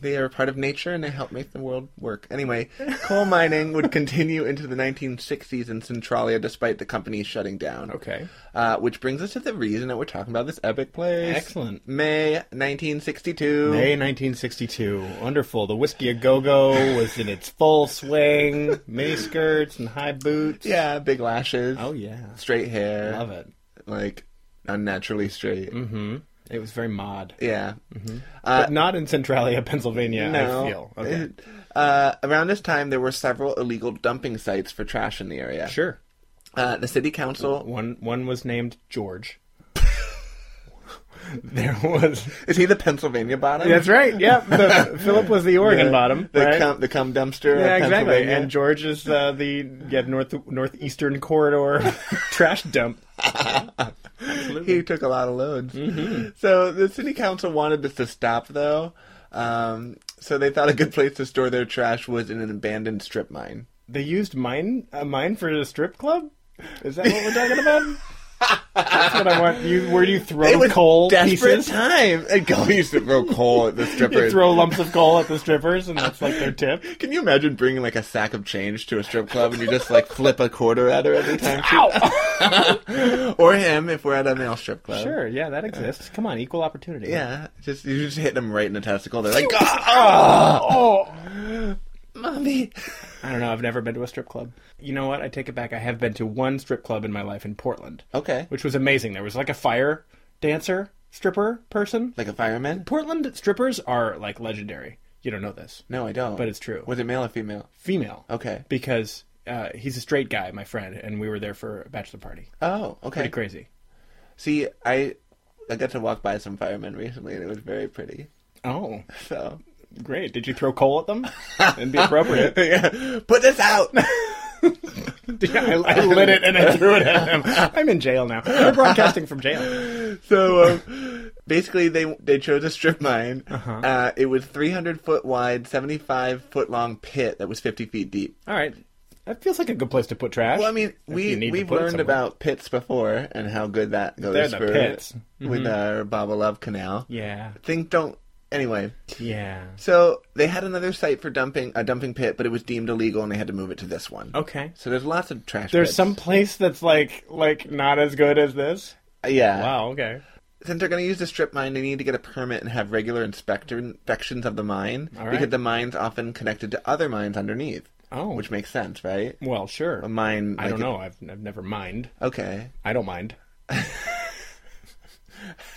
Speaker 2: They are part of nature and they help make the world work. Anyway, coal mining would continue into the 1960s in Centralia despite the company shutting down.
Speaker 1: Okay.
Speaker 2: Uh, which brings us to the reason that we're talking about this epic place.
Speaker 1: Excellent.
Speaker 2: May 1962.
Speaker 1: May 1962. Wonderful. The Whiskey a Go Go was in its full swing. Mini skirts and high boots.
Speaker 2: Yeah, big lashes.
Speaker 1: Oh, yeah.
Speaker 2: Straight hair.
Speaker 1: Love it.
Speaker 2: Like, unnaturally straight.
Speaker 1: It was very mod.
Speaker 2: Yeah.
Speaker 1: but not in Centralia, Pennsylvania, I feel. Okay.
Speaker 2: It- Uh, around this time, there were several illegal dumping sites for trash in the area.
Speaker 1: Sure.
Speaker 2: Uh, the city council.
Speaker 1: One one was named George. there was.
Speaker 2: Is he the Pennsylvania bottom?
Speaker 1: That's right. Yeah, the, Philip was the Oregon
Speaker 2: The-
Speaker 1: bottom.
Speaker 2: The,
Speaker 1: right?
Speaker 2: cum, the cum dumpster.
Speaker 1: yeah,
Speaker 2: of
Speaker 1: exactly.
Speaker 2: Pennsylvania.
Speaker 1: And George is uh, the yeah north northeastern corridor trash dump.
Speaker 2: he took a lot of loads.
Speaker 1: Mm-hmm.
Speaker 2: So the city council wanted this to stop, though. Um, so they thought a good place to store their trash was in an abandoned strip mine.
Speaker 1: They used mine a mine for a strip club. Is that what we're talking about? That's what I want. You where do you
Speaker 2: It
Speaker 1: throw
Speaker 2: was
Speaker 1: coal
Speaker 2: desperate
Speaker 1: pieces?
Speaker 2: time. And Gully used to throw coal at the
Speaker 1: You
Speaker 2: strippers.
Speaker 1: throw lumps of coal at the strippers, and that's like their tip.
Speaker 2: Can you imagine bringing like a sack of change to a strip club and you just like flip a quarter at her every time? she-
Speaker 1: Ow!
Speaker 2: or him if we're at a male strip club.
Speaker 1: sure, yeah, that exists. Come on, equal opportunity.
Speaker 2: Yeah, just you just hit them right in the testicle. They're like,
Speaker 1: Oh,
Speaker 2: mommy.
Speaker 1: I don't know. I've never been to a strip club. You know what? I take it back. I have been to one strip club in my life in Portland,
Speaker 2: Okay,
Speaker 1: which was amazing. There was like a fire dancer, stripper person.
Speaker 2: like a fireman.
Speaker 1: Portland strippers are like legendary. You don't know this.
Speaker 2: No, I don't.
Speaker 1: But it's true.
Speaker 2: Was it male or female?
Speaker 1: Female.
Speaker 2: Okay.
Speaker 1: Because uh, he's a straight guy, my friend, and we were there for a bachelor party.
Speaker 2: Oh, okay.
Speaker 1: Pretty crazy.
Speaker 2: See, I I got to walk by some firemen recently, and it was very pretty.
Speaker 1: Oh,
Speaker 2: So
Speaker 1: great. Did you throw coal at them? It'd be appropriate.
Speaker 2: yeah. put this out.
Speaker 1: Yeah, I, I lit it and I threw it at him. I'm in jail now. We're broadcasting from jail.
Speaker 2: so um, basically, they they chose a strip mine. Uh-huh. it was 300 foot wide, 75 foot long pit that was 50 feet deep.
Speaker 1: All right. That feels like a good place to put trash.
Speaker 2: Well, I mean,
Speaker 1: If
Speaker 2: we
Speaker 1: you need to
Speaker 2: we've
Speaker 1: put it
Speaker 2: learned
Speaker 1: somewhere.
Speaker 2: about pits before and how good that goes
Speaker 1: They're the
Speaker 2: for
Speaker 1: pits. Mm-hmm.
Speaker 2: with our Baba Love Canal.
Speaker 1: Yeah.
Speaker 2: Think don't anyway.
Speaker 1: Yeah.
Speaker 2: So they had another site for dumping a dumping pit, but it was deemed illegal, and they had to move it to this one.
Speaker 1: Okay.
Speaker 2: So there's lots of trash.
Speaker 1: There's
Speaker 2: pits.
Speaker 1: some place that's like like not as good as this.
Speaker 2: yeah.
Speaker 1: Wow. Okay.
Speaker 2: Since they're going to use the strip mine, they need to get a permit and have regular inspector inspections of the mine
Speaker 1: All right.
Speaker 2: because the mine's often connected to other mines underneath.
Speaker 1: Oh.
Speaker 2: which makes sense, right?
Speaker 1: Well, sure.
Speaker 2: A mine.
Speaker 1: I
Speaker 2: like
Speaker 1: don't
Speaker 2: it-
Speaker 1: know. I've, I've never mined.
Speaker 2: Okay,
Speaker 1: I don't mind.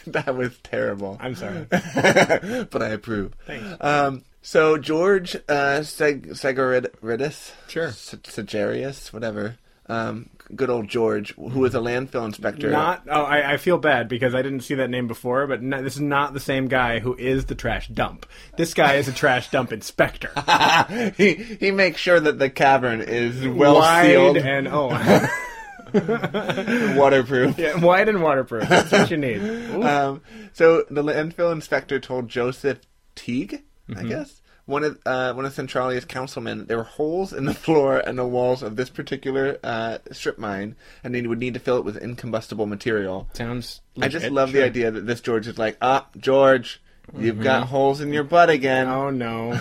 Speaker 2: that was terrible.
Speaker 1: I'm sorry.
Speaker 2: but I approve.
Speaker 1: Thanks.
Speaker 2: Um, so George uh, Seg- Segeritis,
Speaker 1: Sure.
Speaker 2: Se- Segerius, whatever. Um, good old George, who was a landfill inspector.
Speaker 1: Not. Oh, I, I feel bad because I didn't see that name before. But no, this is not the same guy who is the trash dump. This guy is a trash dump inspector.
Speaker 2: he he makes sure that the cavern is well
Speaker 1: wide
Speaker 2: sealed,
Speaker 1: and oh,
Speaker 2: and waterproof.
Speaker 1: yeah, wide and waterproof. That's what you need. Ooh.
Speaker 2: Um, so the landfill inspector told Joseph Teague, I
Speaker 1: Mm-hmm.
Speaker 2: guess, one of uh, one of Centralia's councilmen, that there were holes in the floor and the walls of this particular uh, strip mine, and they would need to fill it with incombustible material.
Speaker 1: Sounds.
Speaker 2: I
Speaker 1: Legit.
Speaker 2: just love
Speaker 1: Sure.
Speaker 2: the idea that this George is like, ah, George, you've got holes in your butt again.
Speaker 1: Oh no.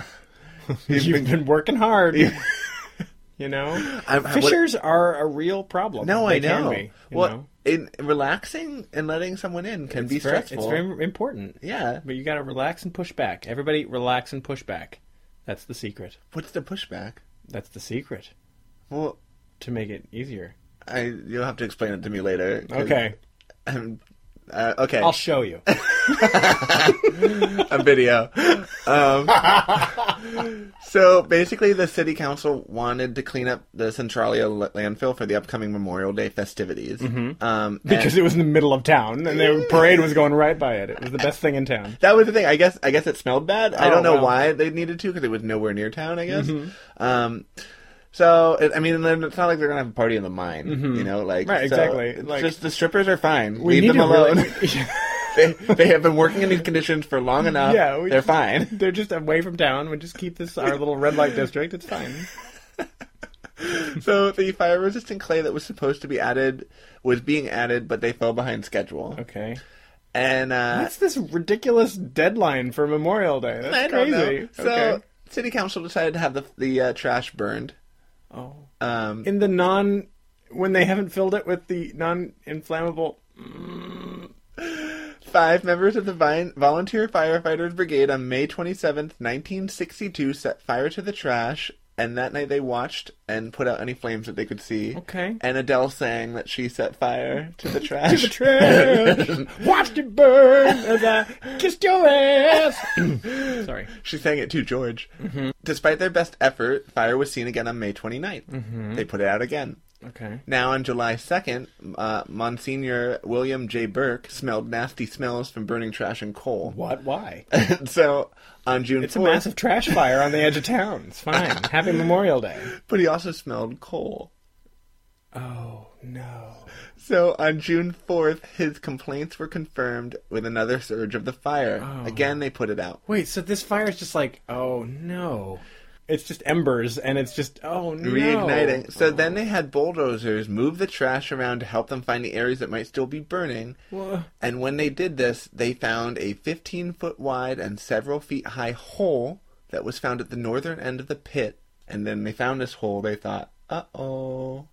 Speaker 1: Mm-hmm. You've been working hard. you know,
Speaker 2: I'm- I- Uh, what-
Speaker 1: fissures are a real problem.
Speaker 2: no,
Speaker 1: They
Speaker 2: I
Speaker 1: can
Speaker 2: know.
Speaker 1: be, you
Speaker 2: well,
Speaker 1: know?
Speaker 2: In, relaxing and letting someone in can be
Speaker 1: It's very-
Speaker 2: stressful.
Speaker 1: It's very important.
Speaker 2: yeah.
Speaker 1: But you got to relax and push back. Everybody, relax and push back. That's the secret.
Speaker 2: What's the pushback?
Speaker 1: That's the secret
Speaker 2: Well,
Speaker 1: to make it easier.
Speaker 2: I you'll have to explain it to me later. 'cause
Speaker 1: Okay.
Speaker 2: I'm Uh, okay,
Speaker 1: I'll show you.
Speaker 2: a video. Um, so basically, the city council wanted to clean up the Centralia l- landfill for the upcoming Memorial Day festivities. Um,
Speaker 1: Mm-hmm. Because
Speaker 2: and
Speaker 1: it was in the middle of town and the parade was going right by it. It was the best thing in town.
Speaker 2: that was the thing. I guess I guess it smelled bad. I
Speaker 1: Oh, Mm-hmm.
Speaker 2: don't know
Speaker 1: wow.
Speaker 2: why they needed to because it was nowhere near town. I guess. Um, so it, I mean, and then it's not like they're gonna have a party in the mine, you know? Like
Speaker 1: Mm-hmm. Right,
Speaker 2: so
Speaker 1: exactly.
Speaker 2: it's
Speaker 1: Like-
Speaker 2: just the strippers are fine.
Speaker 1: We
Speaker 2: Leave
Speaker 1: need
Speaker 2: them
Speaker 1: to
Speaker 2: alone.
Speaker 1: really-
Speaker 2: they, they have been working in these conditions for long enough.
Speaker 1: Yeah, we-
Speaker 2: they're fine.
Speaker 1: They're just away from town. We just keep this our little red light district. It's fine.
Speaker 2: So the fire resistant clay that was supposed to be added was being added, but they fell behind schedule.
Speaker 1: Okay.
Speaker 2: And uh,
Speaker 1: What's this ridiculous deadline for Memorial Day? That's
Speaker 2: I don't
Speaker 1: crazy.
Speaker 2: know. So
Speaker 1: okay.
Speaker 2: city council decided to have the the uh, trash burned.
Speaker 1: Oh.
Speaker 2: Um,
Speaker 1: In the non, when they haven't filled it with the non-inflammable.
Speaker 2: five members of the vi- volunteer firefighters brigade on May twenty seventh, nineteen sixty two, set fire to the trash. And that night they watched and put out any flames that they could see.
Speaker 1: Okay.
Speaker 2: And Adele sang that she set fire to the
Speaker 1: To
Speaker 2: trash.
Speaker 1: the trash. Watched it burn as I kissed your ass. Sorry.
Speaker 2: She sang it too, George.
Speaker 1: Mm-hmm.
Speaker 2: Despite their best effort, fire was seen again on May 29th.
Speaker 1: Mm-hmm.
Speaker 2: They put it out again.
Speaker 1: Okay.
Speaker 2: Now, on July 2nd, uh, Monsignor William J. Burke smelled nasty smells from burning trash and coal.
Speaker 1: What? Why?
Speaker 2: so, on June
Speaker 1: It's a
Speaker 2: 4th,
Speaker 1: massive trash fire on the edge of town. It's fine. Happy Memorial Day.
Speaker 2: but he also smelled coal.
Speaker 1: Oh no.
Speaker 2: So, on June 4th, his complaints were confirmed with another surge of the fire. Again, they put it out.
Speaker 1: Wait, so this fire is just like, oh no. It's just embers and it's just oh no.
Speaker 2: reigniting. So then they had bulldozers move the trash around to help them find the areas that might still be burning.
Speaker 1: Wha-
Speaker 2: And when they did this, they found a 15 foot wide and several feet high hole that was found at the northern end of the pit. And then they found this hole. They thought, uh oh.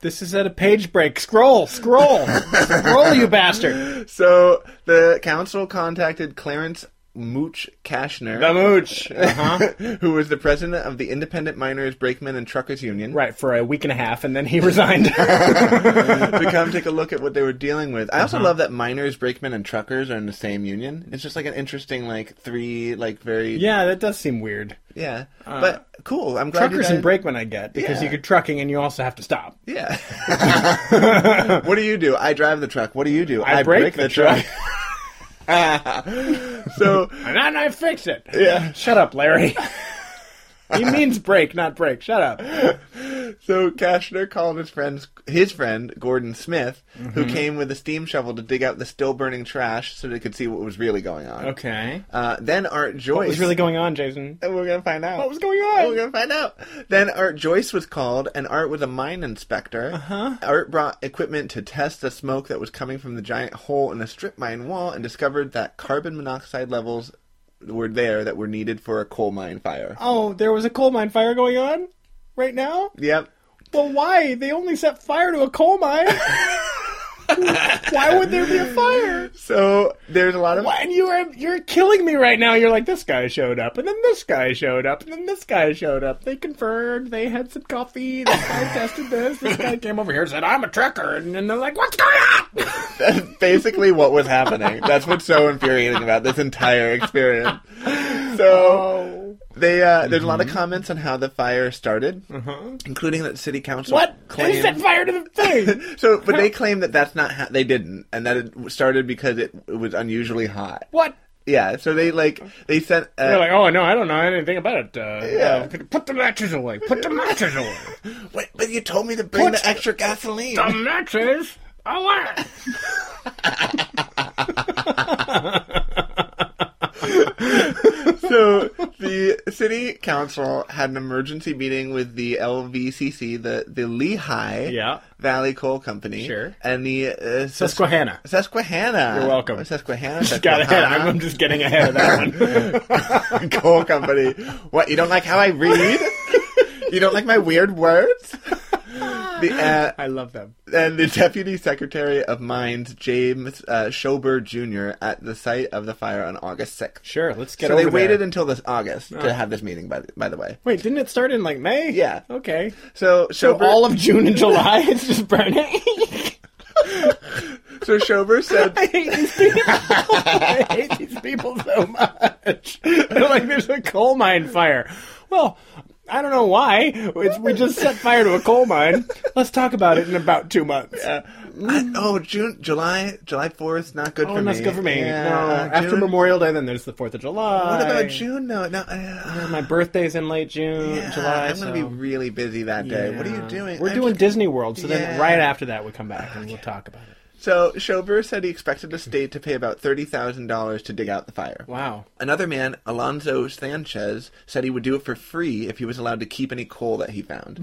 Speaker 1: This is at a page break. Scroll, scroll, scroll, you bastard.
Speaker 2: So the council contacted Clarence Mooch Kashner.
Speaker 1: The mooch. Uh-huh.
Speaker 2: who was the president of the Independent Miners, Brakemen, and Truckers Union?
Speaker 1: right for a week and a half, and then he resigned.
Speaker 2: to come take a look at what they were dealing with. I
Speaker 1: Uh-huh.
Speaker 2: also love that miners, brakemen, and truckers are in the same union. It's just like an interesting, like three, like very yeah.
Speaker 1: yeah, that does seem weird.
Speaker 2: but cool. I'm glad you
Speaker 1: Truckers and
Speaker 2: guys-
Speaker 1: brakemen, I get because
Speaker 2: Yeah.
Speaker 1: you could trucking and you also have to stop.
Speaker 2: Yeah. what do you do? I drive the truck. What do you do?
Speaker 1: I brake the truck.
Speaker 2: truck. so
Speaker 1: And then I fix it.
Speaker 2: Yeah.
Speaker 1: Shut up, Larry. he means break, not break. Shut up.
Speaker 2: So Kashner called his friends, his friend Gordon Smith,
Speaker 1: Mm-hmm.
Speaker 2: who came with a steam shovel to dig out the still burning trash so they could see what was really going on.
Speaker 1: Okay.
Speaker 2: Uh, then Art Joyce.
Speaker 1: What was really going on, Jason?
Speaker 2: And we're gonna find out.
Speaker 1: What was going
Speaker 2: And We're
Speaker 1: on?
Speaker 2: gonna find out. Then Art Joyce was called, and Art was a mine inspector. Uh-huh. Art brought equipment to test the smoke that was coming from the giant hole in the strip mine wall, and discovered that carbon monoxide levels were there that were needed for a coal mine fire.
Speaker 1: Oh, there was a coal mine fire going on right now?
Speaker 2: Yep.
Speaker 1: Well, why? They only set fire to a coal mine. why would there be a fire?
Speaker 2: So there's a lot of
Speaker 1: Why, and you are you're killing me right now. You're like this guy showed up, and then this guy showed up, and then this guy showed up. They confirmed. They had some coffee. This guy tested this. This guy came over here and said, "I'm a trucker," and then they're like, "What's going on?"
Speaker 2: basically what was happening. That's what's so infuriating about this entire experience.
Speaker 1: Oh.
Speaker 2: So they uh, there's a lot
Speaker 1: Mm-hmm.
Speaker 2: of comments on how the fire started, including that city council
Speaker 1: What? They
Speaker 2: claimed.
Speaker 1: set fire to the thing.
Speaker 2: So, but they claim that that's not how they didn't, and that it started because it, it was unusually hot.
Speaker 1: what?
Speaker 2: Yeah, so they like they sent.
Speaker 1: They're
Speaker 2: Uh,
Speaker 1: like, "Oh no, I don't know anything about it." Uh,
Speaker 2: Yeah.
Speaker 1: uh, put the matches away. Put the matches away.
Speaker 2: Wait, but you told me to bring
Speaker 1: Put-
Speaker 2: the extra gasoline.
Speaker 1: the matches away.
Speaker 2: so the city council had an emergency meeting with the LVCC, the the Lehigh
Speaker 1: Yeah.
Speaker 2: Valley Coal Company,
Speaker 1: Sure.
Speaker 2: and the uh, Sus-
Speaker 1: Susquehanna.
Speaker 2: Susquehanna.
Speaker 1: You're welcome.
Speaker 2: Or Susquehanna.
Speaker 1: Just got ahead.
Speaker 2: Susquehanna
Speaker 1: I'm, I'm just getting ahead of that one.
Speaker 2: Coal Company. What? You don't like how I read? you don't like my weird words? The uh,
Speaker 1: I love them.
Speaker 2: and the deputy secretary of mines, James uh, Schober Jr., at the site of the fire on August 6th.
Speaker 1: Sure, let's get
Speaker 2: so
Speaker 1: over
Speaker 2: they waited
Speaker 1: there. Ah.
Speaker 2: until this August to have this meeting. By the, by the way,
Speaker 1: Wait, didn't it start in like May?
Speaker 2: Yeah.
Speaker 1: Okay.
Speaker 2: so
Speaker 1: So
Speaker 2: Schober,
Speaker 1: all of June and July, it's just burning.
Speaker 2: So Schober said,
Speaker 1: I hate these people. I hate these people so much. They're like, there's a coal mine fire. Well, I don't know why. It's, we just set fire to a coal mine. Let's talk about it in about two months.
Speaker 2: I- "Oh, June, July, July fourth, not good
Speaker 1: oh,
Speaker 2: for me.
Speaker 1: that's good for me.
Speaker 2: Yeah,
Speaker 1: no, after
Speaker 2: June-
Speaker 1: Memorial Day, then there's the Fourth of July.
Speaker 2: What about June? No, no. Uh,
Speaker 1: My birthday's in late June,
Speaker 2: yeah,
Speaker 1: July.
Speaker 2: I'm
Speaker 1: so-
Speaker 2: gonna be really busy that day. What are you
Speaker 1: Yeah.
Speaker 2: doing?
Speaker 1: We're
Speaker 2: I'm
Speaker 1: doing
Speaker 2: just-
Speaker 1: Disney World, so then
Speaker 2: Yeah.
Speaker 1: right after that we come back and we'll talk about it.
Speaker 2: So Schober said he expected the state to pay about thirty thousand dollars to dig out the fire.
Speaker 1: Wow.
Speaker 2: Another man, Alonso Sanchez, said he would do it for free if he was allowed to keep any coal that he found.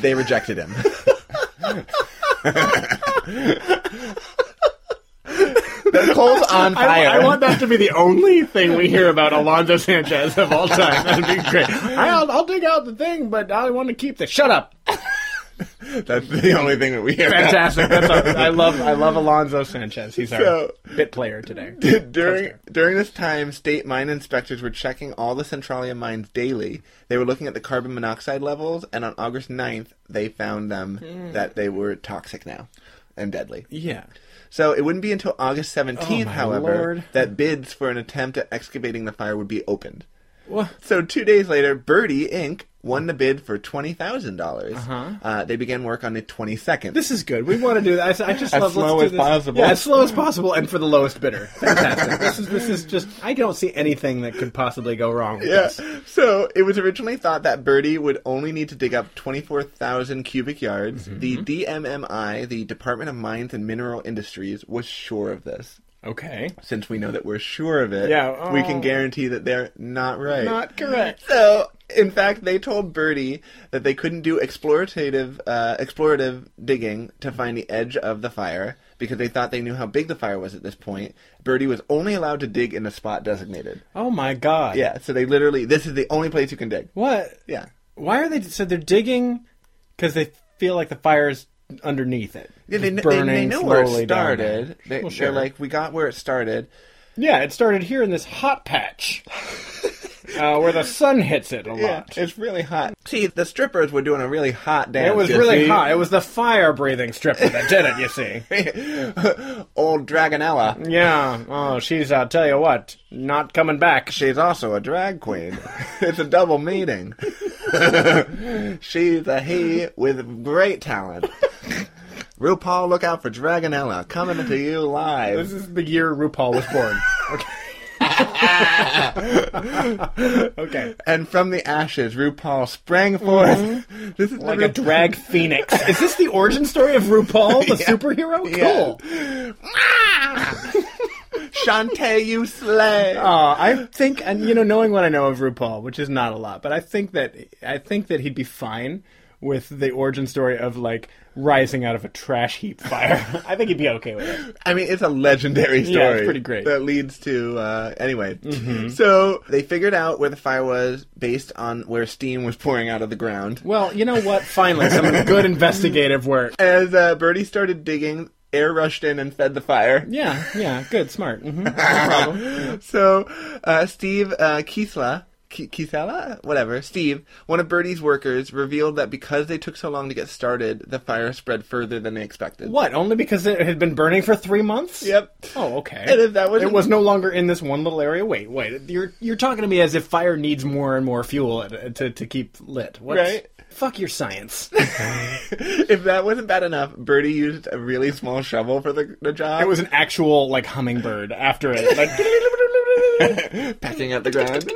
Speaker 2: they rejected him. the coal's on
Speaker 1: I,
Speaker 2: fire.
Speaker 1: I want that to be the only thing we hear about Alonzo Sanchez of all time. That'd be great. I'll, I'll dig out the thing, but I want to keep the shut up.
Speaker 2: That's the only thing that we hear. about.
Speaker 1: Fantastic. That's a, I love I love Alonzo Sanchez. He's our
Speaker 2: So-
Speaker 1: bit player today.
Speaker 2: during during this time, state mine inspectors were checking all the Centralia mines daily. They were looking at the carbon monoxide levels, and on August 9th, they found them
Speaker 1: Hmm.
Speaker 2: that they were toxic now and deadly.
Speaker 1: Yeah.
Speaker 2: So it wouldn't be until August 17th,
Speaker 1: Oh, my
Speaker 2: however,
Speaker 1: Lord.
Speaker 2: that bids for an attempt at excavating the fire would be opened.
Speaker 1: Well,
Speaker 2: So two days later, Birdie Inc. won the bid for twenty dollars. Uh, they began work on the twenty second.
Speaker 1: Uh-huh. this is good. We want to do that. I, I just
Speaker 2: As
Speaker 1: love let's
Speaker 2: slow
Speaker 1: do
Speaker 2: as
Speaker 1: this.
Speaker 2: possible.
Speaker 1: Yeah, as slow as possible, and for the lowest bidder. Fantastic. this is this is just. I don't see anything that could possibly go wrong. With
Speaker 2: Yeah.
Speaker 1: This.
Speaker 2: So it was originally thought that Birdie would only need to dig up 24,000 cubic yards.
Speaker 1: Mm-hmm.
Speaker 2: The DMMI, the Department of Mines and Mineral Industries, was sure of this.
Speaker 1: Okay.
Speaker 2: Since we know that we're sure of it,
Speaker 1: Yeah,
Speaker 2: we
Speaker 1: oh.
Speaker 2: can guarantee that they're not right.
Speaker 1: Not correct.
Speaker 2: So, in fact, they told Birdie that they couldn't do explorative, uh, explorative digging to find the edge of the fire because they thought they knew how big the fire was at this point. Birdie was only allowed to dig in the spot designated.
Speaker 1: Oh my god.
Speaker 2: Yeah, so they literally this is the only place you can dig.
Speaker 1: What?
Speaker 2: Yeah.
Speaker 1: Why are they so they're digging because they feel like the fire's underneath it.
Speaker 2: Yeah, they,
Speaker 1: It's
Speaker 2: kn- they, they
Speaker 1: burning
Speaker 2: know where
Speaker 1: slowly
Speaker 2: it
Speaker 1: down
Speaker 2: started.
Speaker 1: there.
Speaker 2: They,
Speaker 1: Well,
Speaker 2: They're like, we got where it started.
Speaker 1: yeah, it started here in this hot patch uh, where the sun hits it a lot.
Speaker 2: it's really hot. See, the strippers were doing a really hot dance.
Speaker 1: It was
Speaker 2: you
Speaker 1: really
Speaker 2: see?
Speaker 1: hot. It was the fire breathing stripper that did it, you see.
Speaker 2: Old Dragonella.
Speaker 1: Yeah. Oh, she's, I'll tell you what, not coming back.
Speaker 2: She's also a drag queen. it's a double meeting. She's a he with great talent. RuPaul, look out for Dragonella coming to you live.
Speaker 1: This is the year RuPaul was born. Okay. okay.
Speaker 2: And from the ashes, RuPaul sprang forth. This is
Speaker 1: Like
Speaker 2: the
Speaker 1: a
Speaker 2: Ru-
Speaker 1: drag phoenix. Is this the origin story of RuPaul, the
Speaker 2: Yeah.
Speaker 1: superhero? Cool.
Speaker 2: Yeah. Shantae, you slay.
Speaker 1: Uh, I think, and you know, knowing what I know of RuPaul, which is not a lot, but I think that I think that he'd be fine with the origin story of like rising out of a trash heap fire. I think he'd be okay with it.
Speaker 2: I mean, it's a legendary story.
Speaker 1: Yeah, it's pretty great. Mm-hmm.
Speaker 2: That leads to uh, anyway. So they figured out where the fire was based on where steam was pouring out of the ground.
Speaker 1: Well, you know what? Finally, some good investigative work.
Speaker 2: As uh, Birdie started digging, air rushed in and fed the fire.
Speaker 1: Yeah, yeah, good, smart. hmm No problem.
Speaker 2: So uh, Steve uh, Kiesla. Ki- Kiesela? Whatever. Steve, one of Birdie's workers, revealed that because they took so long to get started, the fire spread further than they expected.
Speaker 1: What? Only because it had been burning for three months?
Speaker 2: Yep.
Speaker 1: Oh, okay.
Speaker 2: And if that wasn't-
Speaker 1: it was no longer in this one little area. Wait, wait. You're you're talking to me as if fire needs more and more fuel at- uh, to to keep lit. What's,
Speaker 2: Right.
Speaker 1: Fuck your science.
Speaker 2: if that wasn't bad enough, Birdie used a really small shovel for the, the job.
Speaker 1: It was an actual like hummingbird after it. Like,
Speaker 2: pecking at the ground.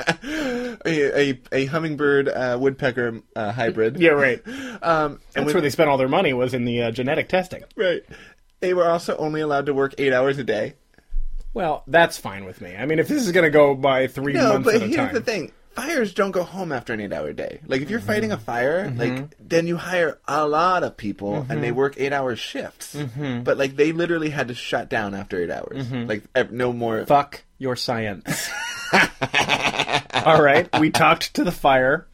Speaker 2: a, a, a hummingbird uh, woodpecker uh, hybrid.
Speaker 1: yeah, right.
Speaker 2: Um, and
Speaker 1: That's
Speaker 2: with-
Speaker 1: where they spent all their money was in the uh, genetic testing.
Speaker 2: right. They were also only allowed to work eight hours a day.
Speaker 1: Well, that's fine with me. I mean, if this is going to go by three
Speaker 2: No,
Speaker 1: months
Speaker 2: but
Speaker 1: at a
Speaker 2: here's
Speaker 1: time,
Speaker 2: the thing: fires don't go home after an eight-hour day. Like if you're fighting a fire, like then you hire a lot of people and they work eight-hour shifts. But like they literally had to shut down after eight hours. Like ev- no more.
Speaker 1: fuck your science. all right, we talked to the fire.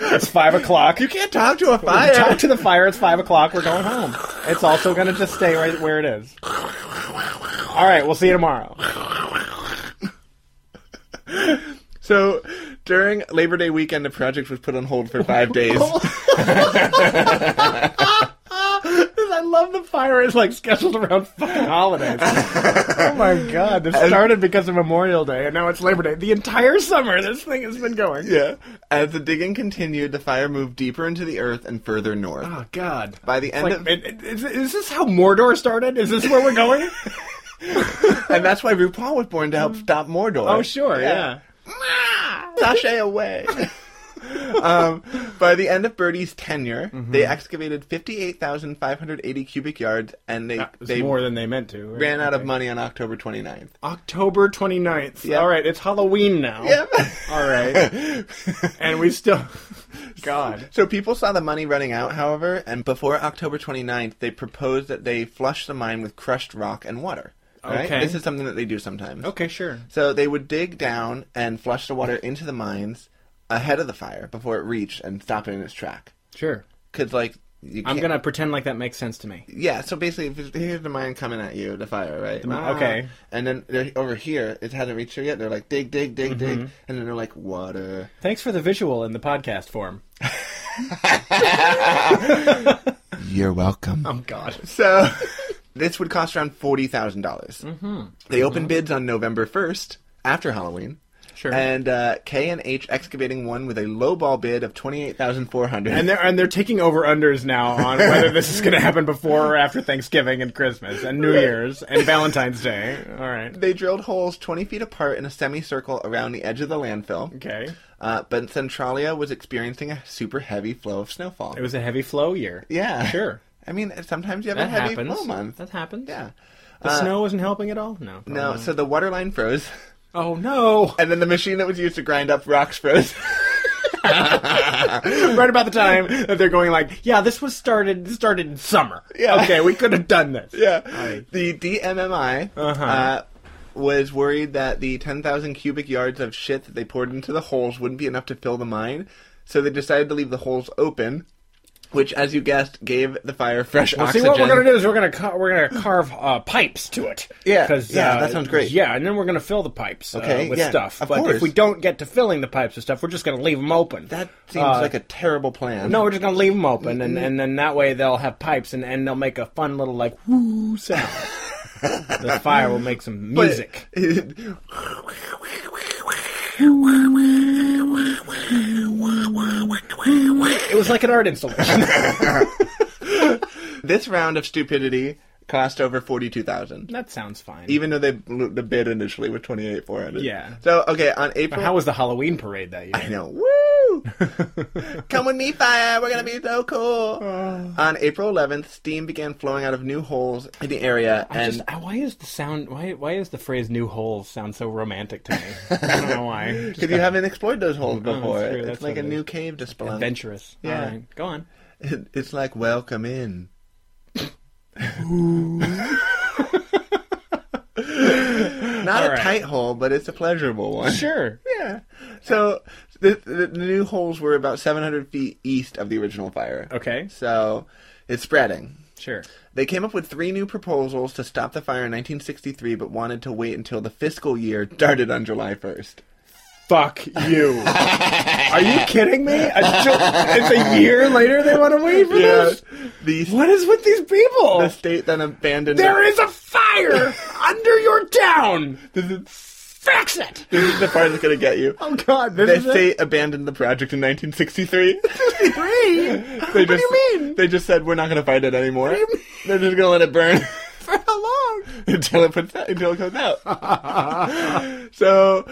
Speaker 1: It's five o'clock.
Speaker 2: You can't talk to a
Speaker 1: We talked
Speaker 2: fire.
Speaker 1: to the fire. It's five o'clock. We're going home. It's also going to just stay right where it is. All right, we'll see you tomorrow.
Speaker 2: So during Labor Day weekend, the project was put on hold for five days.
Speaker 1: I love the fire is like scheduled around fucking holidays. oh my god, this started because of Memorial Day, and now it's Labor Day. The entire summer, this thing has been going.
Speaker 2: Yeah. As the digging continued, the fire moved deeper into the earth and further north.
Speaker 1: Oh god.
Speaker 2: By the
Speaker 1: It's
Speaker 2: end
Speaker 1: like,
Speaker 2: of
Speaker 1: it- it- is, is this how Mordor started? Is this where we're going?
Speaker 2: and that's why RuPaul was born to help stop Mordor.
Speaker 1: oh sure, yeah.
Speaker 2: Sashay away. um, by the end of Birdie's tenure,
Speaker 1: Mm-hmm.
Speaker 2: they excavated 58,580 cubic yards and they,
Speaker 1: It's
Speaker 2: they
Speaker 1: more than they meant to. right?
Speaker 2: ran out of money on October 29th.
Speaker 1: October 29th.
Speaker 2: Yep.
Speaker 1: All right, it's Halloween now.
Speaker 2: Yep.
Speaker 1: All right. And we still God.
Speaker 2: so people saw the money running out, however, and before October 29th, they proposed that they flush the mine with crushed rock and water. Right?
Speaker 1: Okay.
Speaker 2: This is something that they do sometimes.
Speaker 1: Okay, sure.
Speaker 2: So they would dig down and flush the water into the mines ahead of the fire before it reached and stop it in its track.
Speaker 1: Sure.
Speaker 2: Because, like, you
Speaker 1: I'm
Speaker 2: can't-
Speaker 1: going to pretend like that makes sense to me.
Speaker 2: Yeah, so basically, if it's, here's the mine coming at you, the fire, right? Ah.
Speaker 1: mi- okay.
Speaker 2: And then they're over here, it hasn't reached here yet. They're like, dig, dig, dig,
Speaker 1: Mm-hmm.
Speaker 2: dig. And then they're like, water.
Speaker 1: Thanks for the visual in the podcast form.
Speaker 2: You're welcome.
Speaker 1: Oh god.
Speaker 2: So this would cost around forty thousand dollars. Mm-hmm. They opened bids on November first after Halloween.
Speaker 1: Sure.
Speaker 2: And uh, K and H excavating one with a lowball bid of twenty eight thousand four hundred.
Speaker 1: And they're and they're taking over unders now on whether this is going to happen before or after Thanksgiving and Christmas and New Year's and Valentine's Day. All right.
Speaker 2: they drilled holes twenty feet apart in a semicircle around the edge of the landfill.
Speaker 1: Okay.
Speaker 2: Uh, but Centralia was experiencing a super heavy flow of snowfall.
Speaker 1: It was a heavy flow year.
Speaker 2: yeah,
Speaker 1: Sure.
Speaker 2: I mean, sometimes you have
Speaker 1: That
Speaker 2: a heavy
Speaker 1: happens.
Speaker 2: flow month.
Speaker 1: That happens.
Speaker 2: Yeah. Uh,
Speaker 1: The snow wasn't helping at all. No. probably
Speaker 2: No,
Speaker 1: not.
Speaker 2: so the water line froze,
Speaker 1: Oh no.
Speaker 2: and then the machine that was used to grind up rocks froze.
Speaker 1: right about the time that they're going like, yeah, this was started this started in summer.
Speaker 2: Yeah.
Speaker 1: Okay, we could have done this.
Speaker 2: Yeah.
Speaker 1: Aye.
Speaker 2: The DMMI uh
Speaker 1: Uh-huh.
Speaker 2: was worried that the 10,000 cubic yards of shit that they poured into the holes wouldn't be enough to fill the mine, so they decided to leave the holes open, which, as you guessed, gave the fire fresh
Speaker 1: Well, see,
Speaker 2: oxygen.
Speaker 1: what we're gonna do is we're gonna ca- we're gonna carve uh, pipes to it.
Speaker 2: Yeah,
Speaker 1: 'Cause,
Speaker 2: yeah,
Speaker 1: uh,
Speaker 2: that sounds great.
Speaker 1: Yeah, and then we're gonna fill the pipes uh,
Speaker 2: Okay,
Speaker 1: with
Speaker 2: yeah,
Speaker 1: stuff.
Speaker 2: of
Speaker 1: but
Speaker 2: course.
Speaker 1: if we don't get to filling the pipes with stuff, we're just gonna leave them open.
Speaker 2: That seems
Speaker 1: Uh,
Speaker 2: like a Mm-hmm. terrible plan.
Speaker 1: no, we're just gonna leave them open, and, and then that way they'll have pipes, and, and they'll make a fun little like woo sound. the fire will make some
Speaker 2: But-
Speaker 1: music. it was like an art installation.
Speaker 2: this round of stupidity cost over 42,000.
Speaker 1: that sounds fine.
Speaker 2: Even though they blew the bid initially with 28,400.
Speaker 1: Yeah.
Speaker 2: So, okay, on April.
Speaker 1: How was the Halloween parade that year?
Speaker 2: I know. Woo! Come with me, fire. We're gonna be so cool.
Speaker 1: Ah.
Speaker 2: On April 11th, steam began flowing out of new holes in the area, and
Speaker 1: Just- uh, why is the sound? Why why is the phrase "new holes" sound so romantic to me? I don't know why. Just
Speaker 2: because you haven't explored those holes before,
Speaker 1: true,
Speaker 2: it's
Speaker 1: Oh, that's
Speaker 2: like
Speaker 1: what
Speaker 2: a
Speaker 1: it
Speaker 2: new
Speaker 1: is.
Speaker 2: cave to spelunk.
Speaker 1: adventurous.
Speaker 2: Yeah.
Speaker 1: All right, go on.
Speaker 2: It- It's like welcome in. Not a
Speaker 1: All right.
Speaker 2: tight hole, but it's a pleasurable one.
Speaker 1: Sure.
Speaker 2: Yeah. So the, the, the new holes were about 700 feet east of the original fire.
Speaker 1: Okay.
Speaker 2: So it's spreading.
Speaker 1: Sure.
Speaker 2: They came up with three new proposals to stop the fire in 1963, but wanted to wait until the fiscal year started on July 1st.
Speaker 1: Fuck you. Are you kidding me? A ju- it's a year later they want to wait for this.
Speaker 2: The,
Speaker 1: What is with these people?
Speaker 2: the state then abandoned.
Speaker 1: there
Speaker 2: the,
Speaker 1: is a fire under your town. Fix it.
Speaker 2: This is the part that's going to get you.
Speaker 1: Oh God, this
Speaker 2: The
Speaker 1: is it?
Speaker 2: state abandoned the project in
Speaker 1: Three.
Speaker 2: 1963. they
Speaker 1: What do
Speaker 2: just,
Speaker 1: you mean?
Speaker 2: They just said we're not going to fight it anymore. They're just going to let it burn
Speaker 1: For how long?
Speaker 2: until it puts out, until it comes out. so,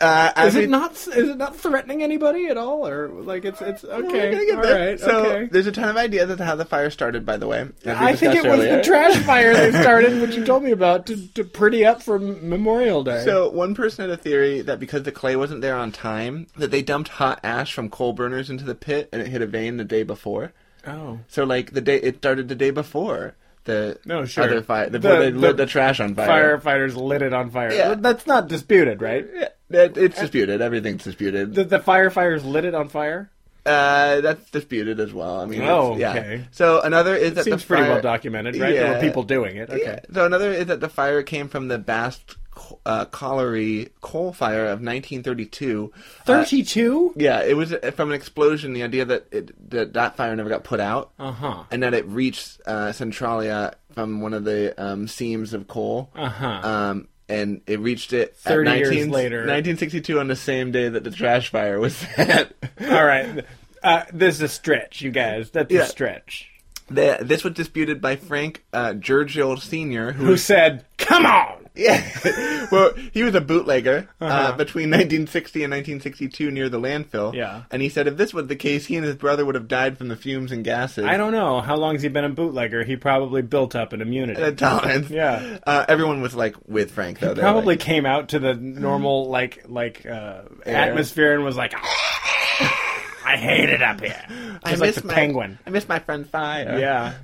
Speaker 2: uh, as
Speaker 1: Is
Speaker 2: we-
Speaker 1: it not? Is it not threatening anybody at all? Or like it's it's
Speaker 2: We're
Speaker 1: okay.
Speaker 2: gonna get
Speaker 1: all
Speaker 2: there.
Speaker 1: right.
Speaker 2: So
Speaker 1: okay.
Speaker 2: there's a ton of ideas as to how the fire started. By the way, as we
Speaker 1: I think it
Speaker 2: discussed
Speaker 1: was
Speaker 2: earlier.
Speaker 1: the trash fire they started, which you told me about, to, to pretty up for M- Memorial Day.
Speaker 2: So one person had a theory that because the clay wasn't there on time, that they dumped hot ash from coal burners into the pit and it hit a vein the day before.
Speaker 1: oh,
Speaker 2: So like the day it started the day before the
Speaker 1: No, sure.
Speaker 2: other fire, the,
Speaker 1: The-
Speaker 2: they
Speaker 1: the-
Speaker 2: lit the trash on fire.
Speaker 1: firefighters lit it on fire.
Speaker 2: Yeah.
Speaker 1: That's not disputed, right?
Speaker 2: Yeah, that- it's disputed. Everything's disputed.
Speaker 1: The, the firefighters lit it on fire.
Speaker 2: Uh, that's disputed as well. I mean, it's-
Speaker 1: Oh,
Speaker 2: yeah.
Speaker 1: okay.
Speaker 2: So another is that
Speaker 1: Seems
Speaker 2: the
Speaker 1: pretty
Speaker 2: fire-
Speaker 1: well documented, right? There
Speaker 2: Yeah.
Speaker 1: were people doing it. Okay. Uh,
Speaker 2: Yeah. So another is that the fire came from the Basque co- uh, colliery coal fire of 1932. Uh,
Speaker 1: Thirty-two.
Speaker 2: yeah, it was uh, from an explosion. The idea that it, that, that fire never got put out,
Speaker 1: Uh huh.
Speaker 2: and that it reached uh, Centralia from one of the um, seams of coal.
Speaker 1: Uh-huh.
Speaker 2: Um, and it reached it
Speaker 1: 30
Speaker 2: at
Speaker 1: years
Speaker 2: 19
Speaker 1: later.
Speaker 2: 1962 on the same day that the trash fire was set.
Speaker 1: All right. Uh, this is a stretch, you guys. That's
Speaker 2: Yeah.
Speaker 1: a stretch.
Speaker 2: The- this was disputed by Frank uh, Gergiel Sr., who
Speaker 1: Who said, "Come on"?
Speaker 2: Yeah. well, he was a bootlegger uh
Speaker 1: Uh-huh.
Speaker 2: between 1960 and 1962 near the landfill.
Speaker 1: Yeah.
Speaker 2: And he said if this was the case, he and his brother would have died from the fumes and gases.
Speaker 1: I don't know how long's he been a bootlegger. He probably built up an immunity.
Speaker 2: and a tolerance.
Speaker 1: Yeah.
Speaker 2: Uh, everyone was like with Frank though. They were
Speaker 1: probably
Speaker 2: like-
Speaker 1: came out to the normal like like uh,
Speaker 2: Air.
Speaker 1: atmosphere and was like, "Ah, "I hate it up here." Just like
Speaker 2: miss
Speaker 1: the
Speaker 2: my-
Speaker 1: penguin.
Speaker 2: I miss my friend Fire.
Speaker 1: Yeah.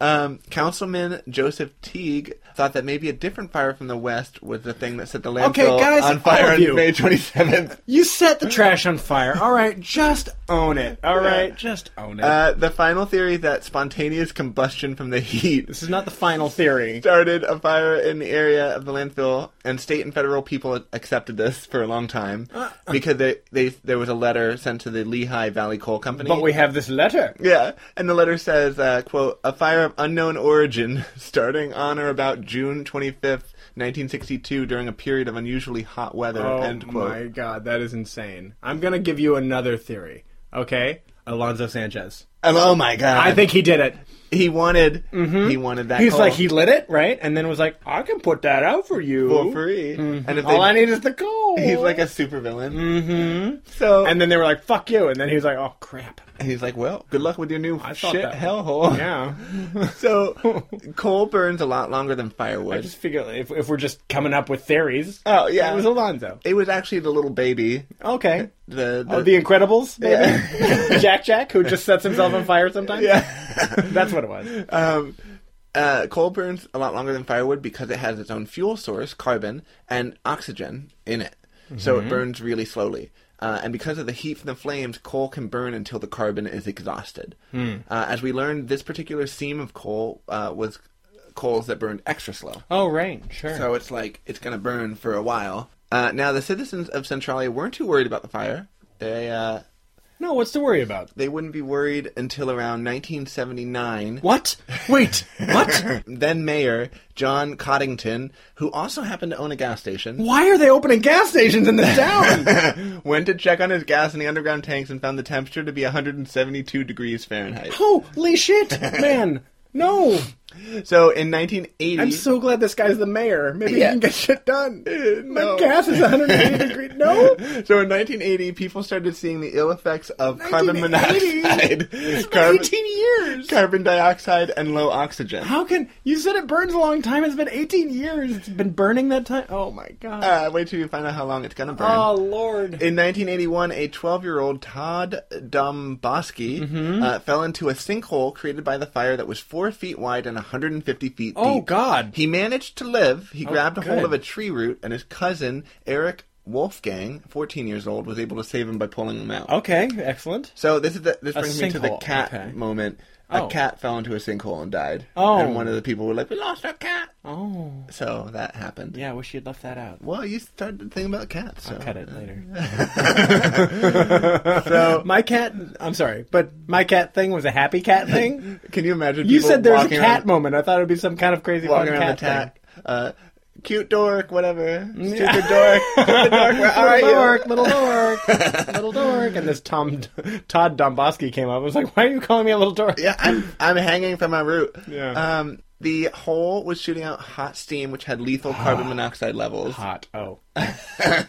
Speaker 2: Um, Councilman Joseph Teague thought that maybe a different fire from the west was the thing that set the landfill
Speaker 1: Okay, guys,
Speaker 2: on
Speaker 1: all
Speaker 2: fire
Speaker 1: of
Speaker 2: on
Speaker 1: you.
Speaker 2: May 27th.
Speaker 1: You set the trash on fire. All right, just own it. All right, just own it.
Speaker 2: Uh, the final theory that spontaneous combustion from the heat
Speaker 1: this is not the final theory.
Speaker 2: started a fire in the area of the landfill, and state and federal people accepted this for a long time
Speaker 1: Uh,
Speaker 2: because they, they there was a letter sent to the Lehigh Valley Coal Company.
Speaker 1: But we have this letter.
Speaker 2: yeah, and the letter says, uh, "quote A fire of unknown origin, starting on or about June twenty fifth, nineteen sixty two, during a period of unusually hot weather."
Speaker 1: Oh
Speaker 2: end quote.
Speaker 1: my god, that is insane. I'm gonna give you another theory. Okay, Alonzo Sanchez.
Speaker 2: Um, oh my god!
Speaker 1: I think he did it.
Speaker 2: he wanted he wanted that.
Speaker 1: He's
Speaker 2: coal
Speaker 1: like he lit it right, and then was like, "I can put that out for you
Speaker 2: for free, and if they,
Speaker 1: Mm-hmm. All I need is the coal."
Speaker 2: he's like a supervillain.
Speaker 1: mm-hmm.
Speaker 2: So
Speaker 1: And then they were like, "Fuck you," and then he was like, "Oh crap."
Speaker 2: And he's like, "Well, good luck with your new
Speaker 1: thought
Speaker 2: shit
Speaker 1: that-
Speaker 2: hellhole."
Speaker 1: Yeah,
Speaker 2: So coal burns a lot longer than firewood.
Speaker 1: I just figure if, if we're just coming up with theories,
Speaker 2: oh yeah,
Speaker 1: it was Alonzo.
Speaker 2: It was actually the little baby.
Speaker 1: Okay.
Speaker 2: The, the,
Speaker 1: Oh, the Incredibles, maybe? Jack Jack, who just sets himself on fire sometimes?
Speaker 2: yeah.
Speaker 1: That's what it was.
Speaker 2: um, uh, coal burns a lot longer than firewood because it has its own fuel source, carbon, and oxygen in it. So
Speaker 1: Mm-hmm.
Speaker 2: it burns really slowly. Uh, and because of the heat from the flames, coal can burn until the carbon is exhausted.
Speaker 1: Hmm.
Speaker 2: Uh, as we learned, this particular seam of coal uh, was coals that burned extra slow.
Speaker 1: Oh, right, sure.
Speaker 2: So it's like it's going to burn for a while. Uh, now the citizens of Centralia weren't too worried about the fire. They uh,
Speaker 1: no, what's to worry about?
Speaker 2: they wouldn't be worried until around 1979.
Speaker 1: What? Wait, what?
Speaker 2: Then Mayor John Coddington, who also happened to own a gas station,
Speaker 1: Why are they opening gas stations in this town?
Speaker 2: went to check on his gas in the underground tanks and found the temperature to be 172 degrees Fahrenheit.
Speaker 1: Holy shit, man. No.
Speaker 2: So in 1980,
Speaker 1: I'm so glad this guy's the mayor. Maybe
Speaker 2: Yeah.
Speaker 1: he can get shit done. My
Speaker 2: Eh, no.
Speaker 1: gas is 180 degrees. No.
Speaker 2: So in 1980, people started seeing the ill effects of carbon
Speaker 1: 1980?
Speaker 2: monoxide,
Speaker 1: It's been
Speaker 2: carbon,
Speaker 1: 18 years.
Speaker 2: carbon dioxide, and low oxygen.
Speaker 1: How can you said it burns a long time? It's been 18 years. It's been burning that time. Oh my god.
Speaker 2: Uh, wait till you find out how long it's gonna burn.
Speaker 1: oh lord.
Speaker 2: In 1981, a 12-year-old Todd Domboski
Speaker 1: Mm-hmm.
Speaker 2: uh, fell into a sinkhole created by the fire that was four feet wide and 150 feet
Speaker 1: oh
Speaker 2: deep.
Speaker 1: god. Oh,
Speaker 2: He managed to live. He grabbed a hold
Speaker 1: good.
Speaker 2: of a tree root, and his cousin Eric Wolfgang, 14 years old, was able to save him by pulling him out.
Speaker 1: Okay, excellent.
Speaker 2: So this is the, this brings me to the
Speaker 1: Oh. sinkhole,
Speaker 2: cat
Speaker 1: okay.
Speaker 2: moment.
Speaker 1: Oh.
Speaker 2: A cat fell into a sinkhole and died.
Speaker 1: Oh.
Speaker 2: and one of the people were like, "We lost our cat."
Speaker 1: Oh.
Speaker 2: So that happened.
Speaker 1: Yeah, I wish you'd left that out.
Speaker 2: Well, you started the thing about cats. So.
Speaker 1: Cut it later. my cat I'm sorry, but my cat thing was a happy cat thing.
Speaker 2: Can you imagine?
Speaker 1: You
Speaker 2: people
Speaker 1: said there's a
Speaker 2: walking
Speaker 1: cat
Speaker 2: around-
Speaker 1: moment. I thought it would be some kind of crazy
Speaker 2: walking
Speaker 1: fucking
Speaker 2: around
Speaker 1: cat
Speaker 2: with cat.
Speaker 1: thing.
Speaker 2: Uh, cute dork, whatever. Stupid dork. Stupid dork. Where are
Speaker 1: little
Speaker 2: you?
Speaker 1: dork, little dork, little dork, and this Tom Todd Domboski came up. and was like, "Why are you calling me a little dork?"
Speaker 2: Yeah, I'm I'm hanging from my root.
Speaker 1: Yeah.
Speaker 2: Um, the hole was shooting out hot steam, which had lethal carbon monoxide levels.
Speaker 1: Hot. Oh,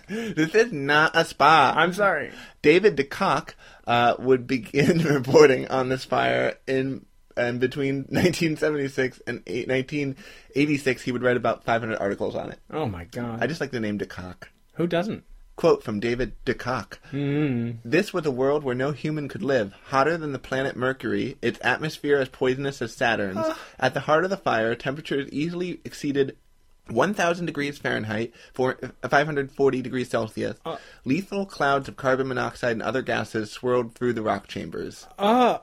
Speaker 2: this is not a spa.
Speaker 1: I'm sorry.
Speaker 2: David DeCock uh, would begin reporting on this fire in. And between 1976 and eight, 1986, he would write about 500 articles on it.
Speaker 1: Oh my god.
Speaker 2: I just like the name DeCock.
Speaker 1: Who doesn't?
Speaker 2: Quote from David DeCock. This was a world where no human could live, hotter than the planet Mercury, its atmosphere as poisonous as Saturn's. At the heart of the fire, temperatures easily exceeded 1,000 degrees Fahrenheit, uh, for, 540 degrees Celsius. Lethal clouds of carbon monoxide and other gases swirled through the rock chambers.
Speaker 1: Uh,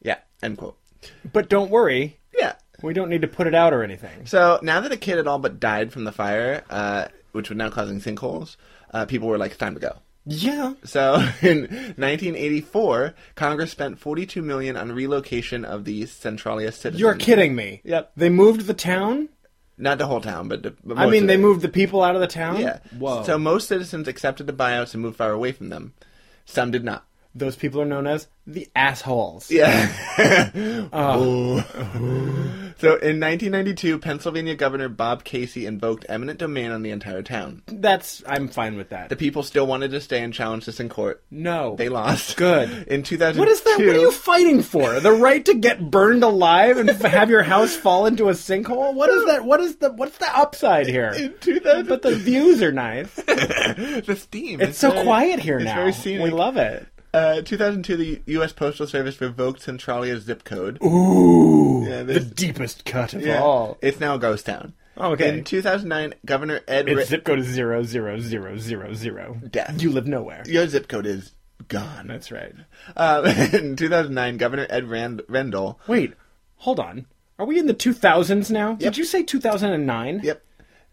Speaker 2: Yeah, end quote.
Speaker 1: but don't worry.
Speaker 2: Yeah.
Speaker 1: We don't need to put it out or anything.
Speaker 2: So now that a kid had all but died from the fire, uh, which was now causing sinkholes, uh, people were like, it's time to go.
Speaker 1: Yeah.
Speaker 2: So in 1984, Congress spent 42 million on relocation of the Centralia citizens.
Speaker 1: You're kidding me.
Speaker 2: Yep.
Speaker 1: They moved the town?
Speaker 2: Not the whole town, but, the, but
Speaker 1: I
Speaker 2: most
Speaker 1: mean,
Speaker 2: of
Speaker 1: they
Speaker 2: it.
Speaker 1: moved the people out of the town?
Speaker 2: Yeah.
Speaker 1: Whoa.
Speaker 2: So most citizens accepted the buyouts and moved far away from them. Some did not.
Speaker 1: Those people are known as the assholes.
Speaker 2: Yeah.
Speaker 1: Ah.
Speaker 2: Ooh. so in 1992, Pennsylvania Governor Bob Casey invoked eminent domain on the entire town.
Speaker 1: That's, I'm fine with that.
Speaker 2: The people still wanted to stay and challenge this in court.
Speaker 1: no.
Speaker 2: They lost.
Speaker 1: Good.
Speaker 2: In 2002.
Speaker 1: What is that? What are you fighting for? The right to get burned alive and have your house fall into a sinkhole? What is that? What is the? What's the upside here?
Speaker 2: in 2000.
Speaker 1: But the views are nice.
Speaker 2: the steam.
Speaker 1: It's so
Speaker 2: very-
Speaker 1: quiet here
Speaker 2: it's
Speaker 1: now.
Speaker 2: Very scenic.
Speaker 1: We love it.
Speaker 2: Uh, 2002, the U.S. Postal Service revoked Centralia's zip code.
Speaker 1: Ooh,
Speaker 2: Yeah,
Speaker 1: the
Speaker 2: this-
Speaker 1: deepest cut of
Speaker 2: Yeah.
Speaker 1: all.
Speaker 2: It's now a ghost town.
Speaker 1: Oh, Okay.
Speaker 2: In 2009, Governor Ed. Ri-
Speaker 1: It's zip code is zero zero zero zero zero.
Speaker 2: Death.
Speaker 1: You live nowhere.
Speaker 2: Your zip code is gone.
Speaker 1: That's right.
Speaker 2: Um, in 2009, Governor Ed Rand- Rendell.
Speaker 1: Wait, hold on. Are we in the two thousands now? Did you say two thousand and nine?
Speaker 2: Yep.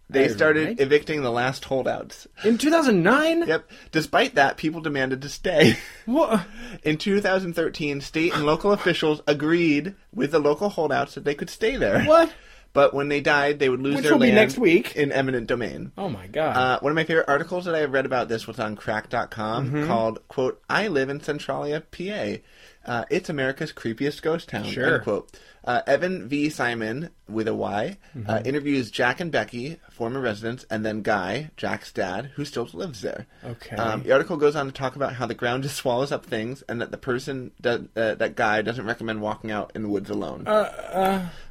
Speaker 2: They
Speaker 1: Ed
Speaker 2: started
Speaker 1: Rand-
Speaker 2: evicting the last holdouts.
Speaker 1: In two thousand nine.
Speaker 2: Yep. Despite that, people demanded to stay.
Speaker 1: What?
Speaker 2: In 2013, state and local officials agreed with the local holdouts that they could stay there.
Speaker 1: What?
Speaker 2: But when they died, they would lose
Speaker 1: Which
Speaker 2: their
Speaker 1: will be
Speaker 2: land
Speaker 1: next week.
Speaker 2: in eminent domain.
Speaker 1: Oh my god.
Speaker 2: Uh, one of my favorite articles that I have read about this was on crack.com
Speaker 1: Mm-hmm.
Speaker 2: called, quote, I live in Centralia, PA. Uh, it's America's creepiest ghost town,
Speaker 1: Sure.
Speaker 2: end quote. Uh, Evan V. Simon, with a Y, uh,
Speaker 1: Mm-hmm.
Speaker 2: interviews Jack and Becky, former residents, and then Guy, Jack's dad, who still lives there.
Speaker 1: Okay.
Speaker 2: Um, the article goes on to talk about how the ground just swallows up things and that the person, do- uh, that guy, doesn't recommend walking out in the woods
Speaker 1: Oh,
Speaker 2: alone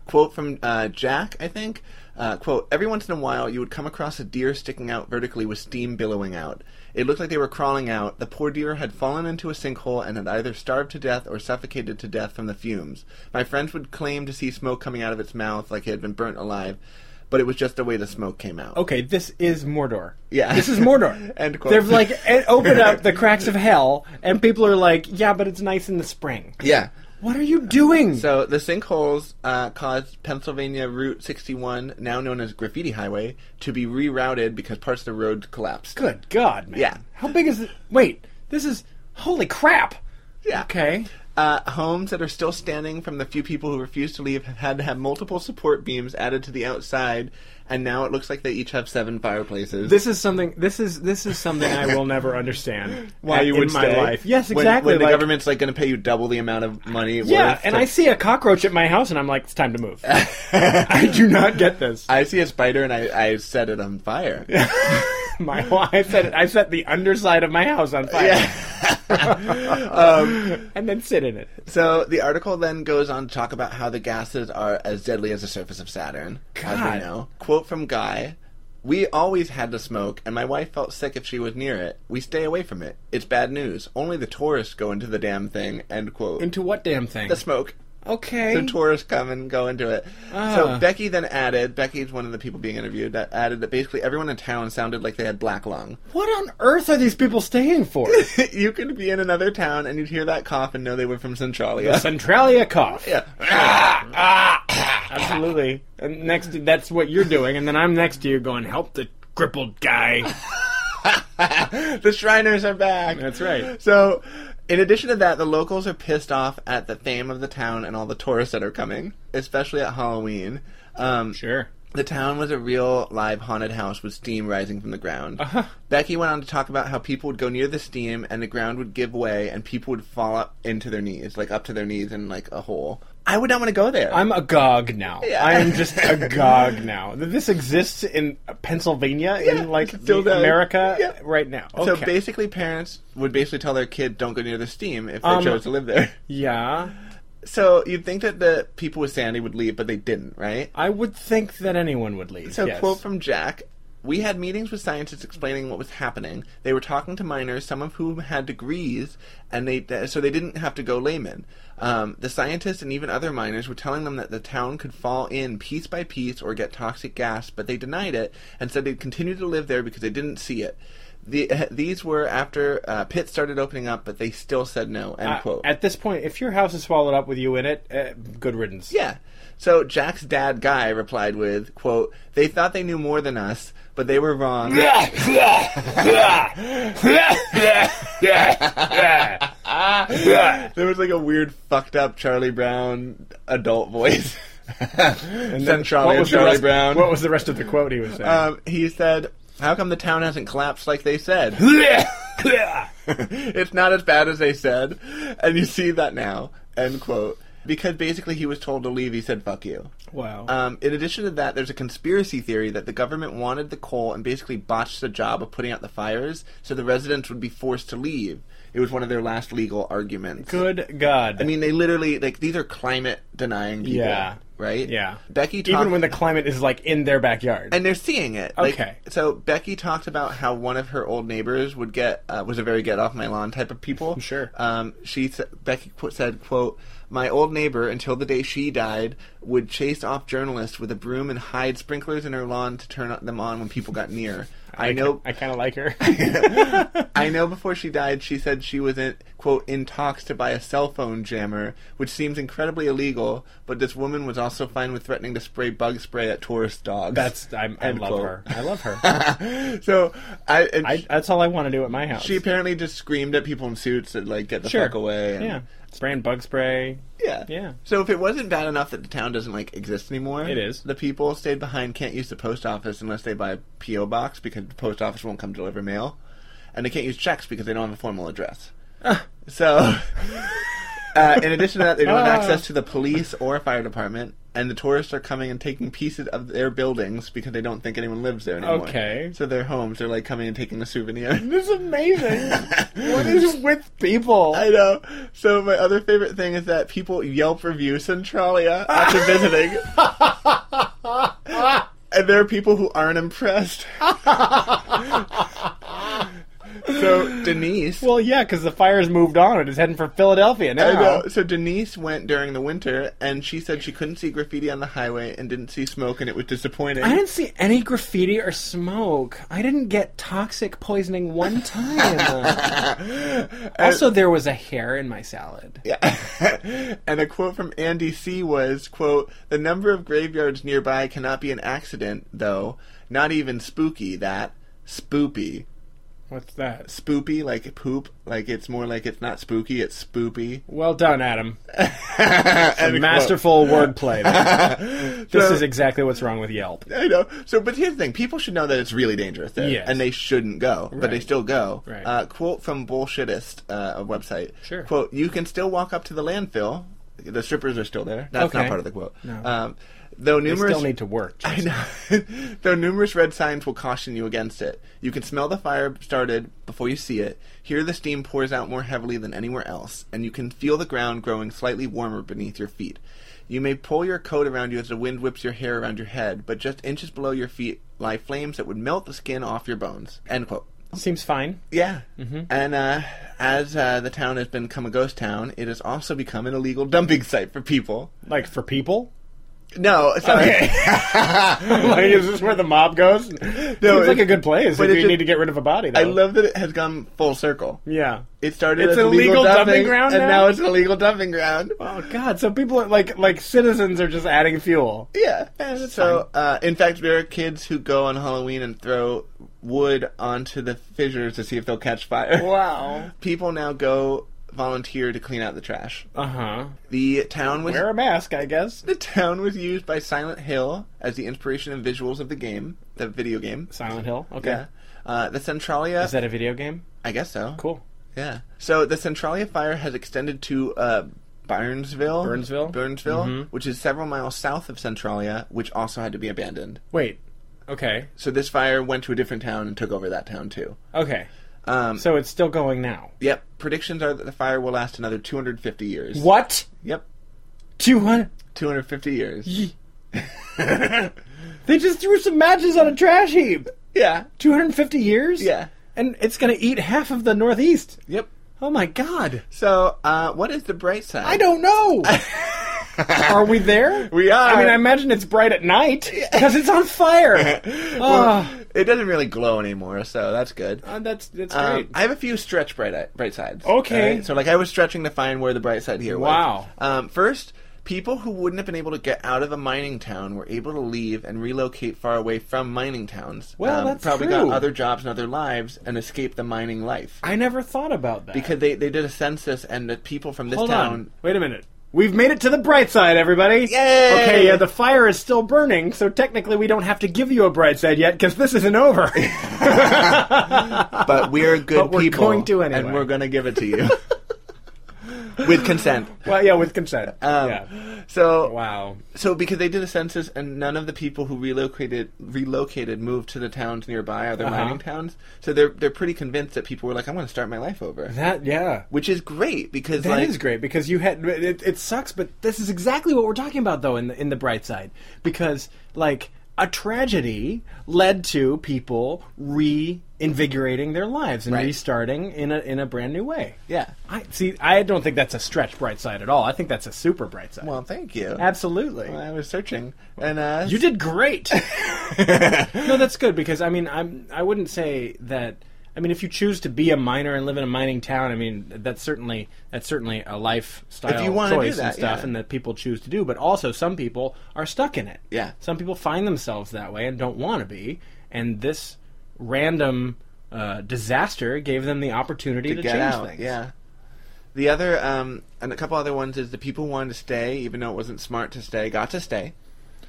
Speaker 2: quote from uh, Jack, I think. Uh, quote, every once in a while you would come across a deer sticking out vertically with steam billowing out. It looked like they were crawling out. The poor deer had fallen into a sinkhole and had either starved to death or suffocated to death from the fumes. My friends would claim to see smoke coming out of its mouth like it had been burnt alive, but it was just the way the smoke came out.
Speaker 1: okay, this is Mordor.
Speaker 2: Yeah.
Speaker 1: This is Mordor.
Speaker 2: End quote.
Speaker 1: They've like it opened up the cracks of hell, and people are like, yeah, but it's nice in the spring.
Speaker 2: Yeah.
Speaker 1: What are you doing?
Speaker 2: So the sinkholes uh, caused Pennsylvania Route 61, now known as Graffiti Highway, to be rerouted because parts of the road collapsed.
Speaker 1: Good God, man.
Speaker 2: Yeah.
Speaker 1: How big is it? Wait, this is. Holy crap!
Speaker 2: Yeah.
Speaker 1: Okay.
Speaker 2: Uh, homes that are still standing from the few people who refused to leave have had to have multiple support beams added to the outside, and now it looks like they each have seven fireplaces.
Speaker 1: This is something. This is this is something I will never understand.
Speaker 2: Why you
Speaker 1: in
Speaker 2: would
Speaker 1: my
Speaker 2: stay.
Speaker 1: life? Yes,
Speaker 2: When-
Speaker 1: exactly.
Speaker 2: When, the
Speaker 1: like-
Speaker 2: government's like going to pay you double the amount of money.
Speaker 1: Yeah,
Speaker 2: worth
Speaker 1: and
Speaker 2: to-
Speaker 1: I see a cockroach at my house, and I'm like, it's time to move. I do not get this.
Speaker 2: I see a spider and I, I set it on fire.
Speaker 1: My whole- I set it, I set the underside of my house on fire, and then sit in it.
Speaker 2: So the article then goes on to talk about how the gases are as deadly as the surface of Saturn, as we
Speaker 1: God.
Speaker 2: know. Quote from Guy. We always had to smoke, and my wife felt sick if she was near it. We stay away from it. It's bad news. Only the tourists go into the damn thing. End quote.
Speaker 1: Into what damn thing?
Speaker 2: the smoke.
Speaker 1: okay.
Speaker 2: So tourists come and go into it. So Becky then added. Becky's one of the people being interviewed. That added that basically everyone in town sounded like they had black lung.
Speaker 1: what on earth are these people staying for?
Speaker 2: you could be in another town and you'd hear that cough and know they were from Centralia.
Speaker 1: Centralia cough.
Speaker 2: yeah.
Speaker 1: Absolutely. And next, that's what you're doing, and then I'm next to you going, "Help the crippled guy."
Speaker 2: the Shriners are back.
Speaker 1: That's right.
Speaker 2: So, in addition to that, the locals are pissed off at the fame of the town and all the tourists that are coming, especially at Halloween. Um,
Speaker 1: Sure.
Speaker 2: The town was a real live haunted house with steam rising from the ground.
Speaker 1: Uh-huh.
Speaker 2: Becky went on to talk about how people would go near the steam and the ground would give way and people would fall up into their knees, like up to their knees in like a hole. I would not want to go there.
Speaker 1: I'm agog now.
Speaker 2: Yeah.
Speaker 1: I am just agog now. That This exists in Pennsylvania,
Speaker 2: Yeah,
Speaker 1: in like
Speaker 2: it still
Speaker 1: the-
Speaker 2: does.
Speaker 1: America
Speaker 2: Yeah.
Speaker 1: right now.
Speaker 2: So
Speaker 1: Okay.
Speaker 2: basically, parents would basically tell their kid, "Don't go near the steam" if they
Speaker 1: Um,
Speaker 2: chose to live there.
Speaker 1: yeah.
Speaker 2: So you'd think that the people with Sandy would leave, but they didn't, right?
Speaker 1: I would think that anyone would leave.
Speaker 2: So
Speaker 1: yes.
Speaker 2: quote from Jack. We had meetings with scientists explaining what was happening. They were talking to miners, some of whom had degrees, and they th- so they didn't have to go layman. Um, the scientists and even other miners were telling them that the town could fall in piece by piece or get toxic gas, but they denied it and said they'd continue to live there because they didn't see it. The, uh, these were after uh, Pitt started opening up, but they still said no. End
Speaker 1: Uh,
Speaker 2: quote.
Speaker 1: At this point, if your house is swallowed up with you in it, uh, good riddance.
Speaker 2: Yeah. So Jack's dad guy replied with, quote, They thought they knew more than us, but they were wrong. there was like a weird fucked up Charlie Brown adult voice. and then Charlie and
Speaker 1: the
Speaker 2: Charlie
Speaker 1: rest-
Speaker 2: Brown.
Speaker 1: What was the rest of the quote he was saying?
Speaker 2: um, he said, How come the town hasn't collapsed like they said? it's not as bad as they said. And you see that now. End quote. Because basically he was told to leave, he said, Fuck you.
Speaker 1: wow.
Speaker 2: Um, in addition to that, there's a conspiracy theory that the government wanted the coal and basically botched the job of putting out the fires, so the residents would be forced to leave. It was one of their last legal arguments.
Speaker 1: good God.
Speaker 2: I mean, they literally like these are climate denying people,
Speaker 1: Yeah.
Speaker 2: right?
Speaker 1: Yeah.
Speaker 2: Becky talked,
Speaker 1: even when the climate is like in their backyard.
Speaker 2: and they're seeing it.
Speaker 1: Okay.
Speaker 2: Like, so Becky talked about how one of her old neighbors would get uh, was a very get off my lawn type of people.
Speaker 1: Sure.
Speaker 2: Um, she s- Becky qu- said, "quote My old neighbor, until the day she died, would chase off journalists with a broom and hide sprinklers in her lawn to turn them on when people got near. I know
Speaker 1: I kind of like her.
Speaker 2: I know before she died, she said she was in, quote, in talks to buy a cell phone jammer, which seems incredibly illegal, but this woman was also fine with threatening to spray bug spray at tourist dogs.
Speaker 1: That's I'm, I
Speaker 2: End
Speaker 1: love
Speaker 2: quote.
Speaker 1: her. I love her.
Speaker 2: so, I, and
Speaker 1: I, that's all I want to do at my house.
Speaker 2: she apparently just screamed at people in suits to, like, get the
Speaker 1: sure.
Speaker 2: fuck away. And,
Speaker 1: Yeah. Spraying bug spray.
Speaker 2: yeah.
Speaker 1: Yeah.
Speaker 2: So if it wasn't bad enough that the town doesn't, like, exist anymore,
Speaker 1: It is.
Speaker 2: The people stayed behind can't use the post office unless they buy a P.O. box because the post office won't come deliver mail. And they can't use checks because they don't have a formal address.
Speaker 1: Ah.
Speaker 2: So, uh, in addition to that, they don't
Speaker 1: Ah.
Speaker 2: have access to the police or fire department, and the tourists are coming and taking pieces of their buildings because they don't think anyone lives there anymore.
Speaker 1: Okay.
Speaker 2: So their homes are like coming and taking a souvenir.
Speaker 1: This is amazing. what is with people?
Speaker 2: I know. So my other favorite thing is that people Yelp review Centralia uh, after visiting. and there are people who aren't impressed. so Denise
Speaker 1: Well, yeah, because the fire's moved on. It is heading for Philadelphia now.
Speaker 2: I know. So Denise went during the winter, and she said she couldn't see graffiti on the highway and didn't see smoke, and it was disappointing.
Speaker 1: I didn't see any graffiti or smoke. I didn't get toxic poisoning one time. also, there was a hair in my salad.
Speaker 2: Yeah. and a quote from Andy C was, "quote The number of graveyards nearby cannot be an accident, though. Not even spooky. That spoopy,
Speaker 1: What's that?
Speaker 2: spoopy like poop. Like it's more like it's not spooky. It's spoopy.
Speaker 1: Well done, Adam.
Speaker 2: and
Speaker 1: Masterful wordplay. there. this
Speaker 2: So-
Speaker 1: is exactly what's wrong with Yelp.
Speaker 2: I know. So, but here's the thing: people should know that it's really dangerous there,
Speaker 1: Yes.
Speaker 2: and they shouldn't go, but they
Speaker 1: Right.
Speaker 2: still go.
Speaker 1: Right.
Speaker 2: Uh, quote from bullshittist uh, a website.
Speaker 1: Sure.
Speaker 2: Quote: You can still walk up to the landfill. The strippers are still there. That's not
Speaker 1: Okay.
Speaker 2: part of the quote.
Speaker 1: No.
Speaker 2: Um, though
Speaker 1: We
Speaker 2: numerous
Speaker 1: still need to work.
Speaker 2: I know. Though numerous red signs will caution you against it. You can smell the fire started before you see it, hear the steam pours out more heavily than anywhere else, and you can feel the ground growing slightly warmer beneath your feet. You may pull your coat around you as the wind whips your hair around your head, but just inches below your feet lie flames that would melt the skin off your bones. End quote.
Speaker 1: Seems fine.
Speaker 2: Yeah. And uh, as uh, the town has become a ghost town, it has also become an illegal dumping site for people.
Speaker 1: Like for people.
Speaker 2: No, sorry.
Speaker 1: like, is this where the mob goes? No,
Speaker 2: it-
Speaker 1: it's like a good place.
Speaker 2: but
Speaker 1: If
Speaker 2: it
Speaker 1: you
Speaker 2: just-
Speaker 1: need to get rid of a body, though.
Speaker 2: I love that it has gone full circle.
Speaker 1: Yeah.
Speaker 2: It started
Speaker 1: It's
Speaker 2: as
Speaker 1: a
Speaker 2: legal
Speaker 1: legal
Speaker 2: dumping,
Speaker 1: dumping ground
Speaker 2: and now?
Speaker 1: now?
Speaker 2: it's an illegal dumping ground.
Speaker 1: Oh God! So people are like like citizens are just adding fuel.
Speaker 2: Yeah. so, uh, in fact, there are kids who go on Halloween and throw wood onto the fissures to see if they'll catch fire.
Speaker 1: Wow.
Speaker 2: People now go volunteer to clean out the trash.
Speaker 1: Uh huh.
Speaker 2: The town was
Speaker 1: Wear a mask, I guess.
Speaker 2: the town was used by Silent Hill as the inspiration and visuals of the game, the video game.
Speaker 1: Silent Hill. Okay.
Speaker 2: Yeah. Uh, the Centralia.
Speaker 1: Is that a video game?
Speaker 2: I guess so.
Speaker 1: Cool.
Speaker 2: Yeah. So the Centralia fire has extended to uh, Burnsville.
Speaker 1: Burnsville?
Speaker 2: Burnsville,
Speaker 1: Mm-hmm.
Speaker 2: which is several miles south of Centralia, which also had to be abandoned.
Speaker 1: Wait. Okay.
Speaker 2: So this fire went to a different town and took over that town too.
Speaker 1: Okay.
Speaker 2: Um,
Speaker 1: So it's still going now.
Speaker 2: yep. Predictions are that the fire will last another 250 years.
Speaker 1: What?
Speaker 2: Yep.
Speaker 1: Two hundred?
Speaker 2: 250 years.
Speaker 1: They just threw some matches on a trash heap.
Speaker 2: Yeah.
Speaker 1: Two hundred and fifty years.
Speaker 2: Yeah.
Speaker 1: And it's gonna eat half of the Northeast.
Speaker 2: Yep.
Speaker 1: Oh my God.
Speaker 2: So, uh, what is the bright side?
Speaker 1: I don't know. are we there?
Speaker 2: We are.
Speaker 1: I mean, I imagine it's bright at night because it's on fire. Ah.
Speaker 2: It doesn't really glow anymore, so that's good.
Speaker 1: Uh, that's that's
Speaker 2: Um,
Speaker 1: great.
Speaker 2: I have a few stretch bright bright sides.
Speaker 1: Okay.
Speaker 2: Alright, So like I was stretching to find where the bright side here was.
Speaker 1: Wow.
Speaker 2: Um, first, people who wouldn't have been able to get out of a mining town were able to leave and relocate far away from mining towns.
Speaker 1: Well,
Speaker 2: um,
Speaker 1: that's
Speaker 2: probably
Speaker 1: true.
Speaker 2: got other jobs and other lives and escaped the mining life.
Speaker 1: I never thought about that.
Speaker 2: Because they, they did a census and the people from this
Speaker 1: Hold
Speaker 2: town
Speaker 1: on. Wait a minute. We've made it to the bright side, everybody.
Speaker 2: Yay!
Speaker 1: Okay, yeah, the fire is still burning, so technically we don't have to give you a bright side yet because this isn't over.
Speaker 2: but we're good
Speaker 1: But we're
Speaker 2: people
Speaker 1: going to anyway.
Speaker 2: and we're going to give it to you. With consent.
Speaker 1: well, yeah, with consent.
Speaker 2: Um,
Speaker 1: yeah.
Speaker 2: So
Speaker 1: Wow.
Speaker 2: So, because they did a census, and none of the people who relocated relocated moved to the towns nearby, other
Speaker 1: Uh-huh.
Speaker 2: mining towns. So they're they're pretty convinced that people were like, "I'm going to start my life over,"
Speaker 1: That yeah.
Speaker 2: which is great because
Speaker 1: That is
Speaker 2: like
Speaker 1: great because you had it, it sucks, but this is exactly what we're talking about though in the, in the bright side because like a tragedy led to people reinvigorating their lives and
Speaker 2: Right.
Speaker 1: restarting in a in a brand new way.
Speaker 2: yeah.
Speaker 1: I see. I don't think that's a stretch bright side at all. I think that's a super bright side.
Speaker 2: Well, thank you.
Speaker 1: Absolutely.
Speaker 2: I was searching, and uh,
Speaker 1: You did great. no, that's good because I mean, I'm I wouldn't say that. I mean, if you choose to be a miner and live in a mining town, I mean, that's certainly that's certainly a lifestyle
Speaker 2: If you wanna do
Speaker 1: choice and
Speaker 2: that,
Speaker 1: stuff,
Speaker 2: yeah.
Speaker 1: and that people choose to do. But also, some people are stuck in it.
Speaker 2: Yeah.
Speaker 1: some people find themselves that way and don't want to be. And this random uh, disaster gave them the opportunity to,
Speaker 2: get
Speaker 1: change
Speaker 2: out.
Speaker 1: things.
Speaker 2: Yeah. The other um, and a couple other ones is the people who wanted to stay, even though it wasn't smart to stay, got to stay.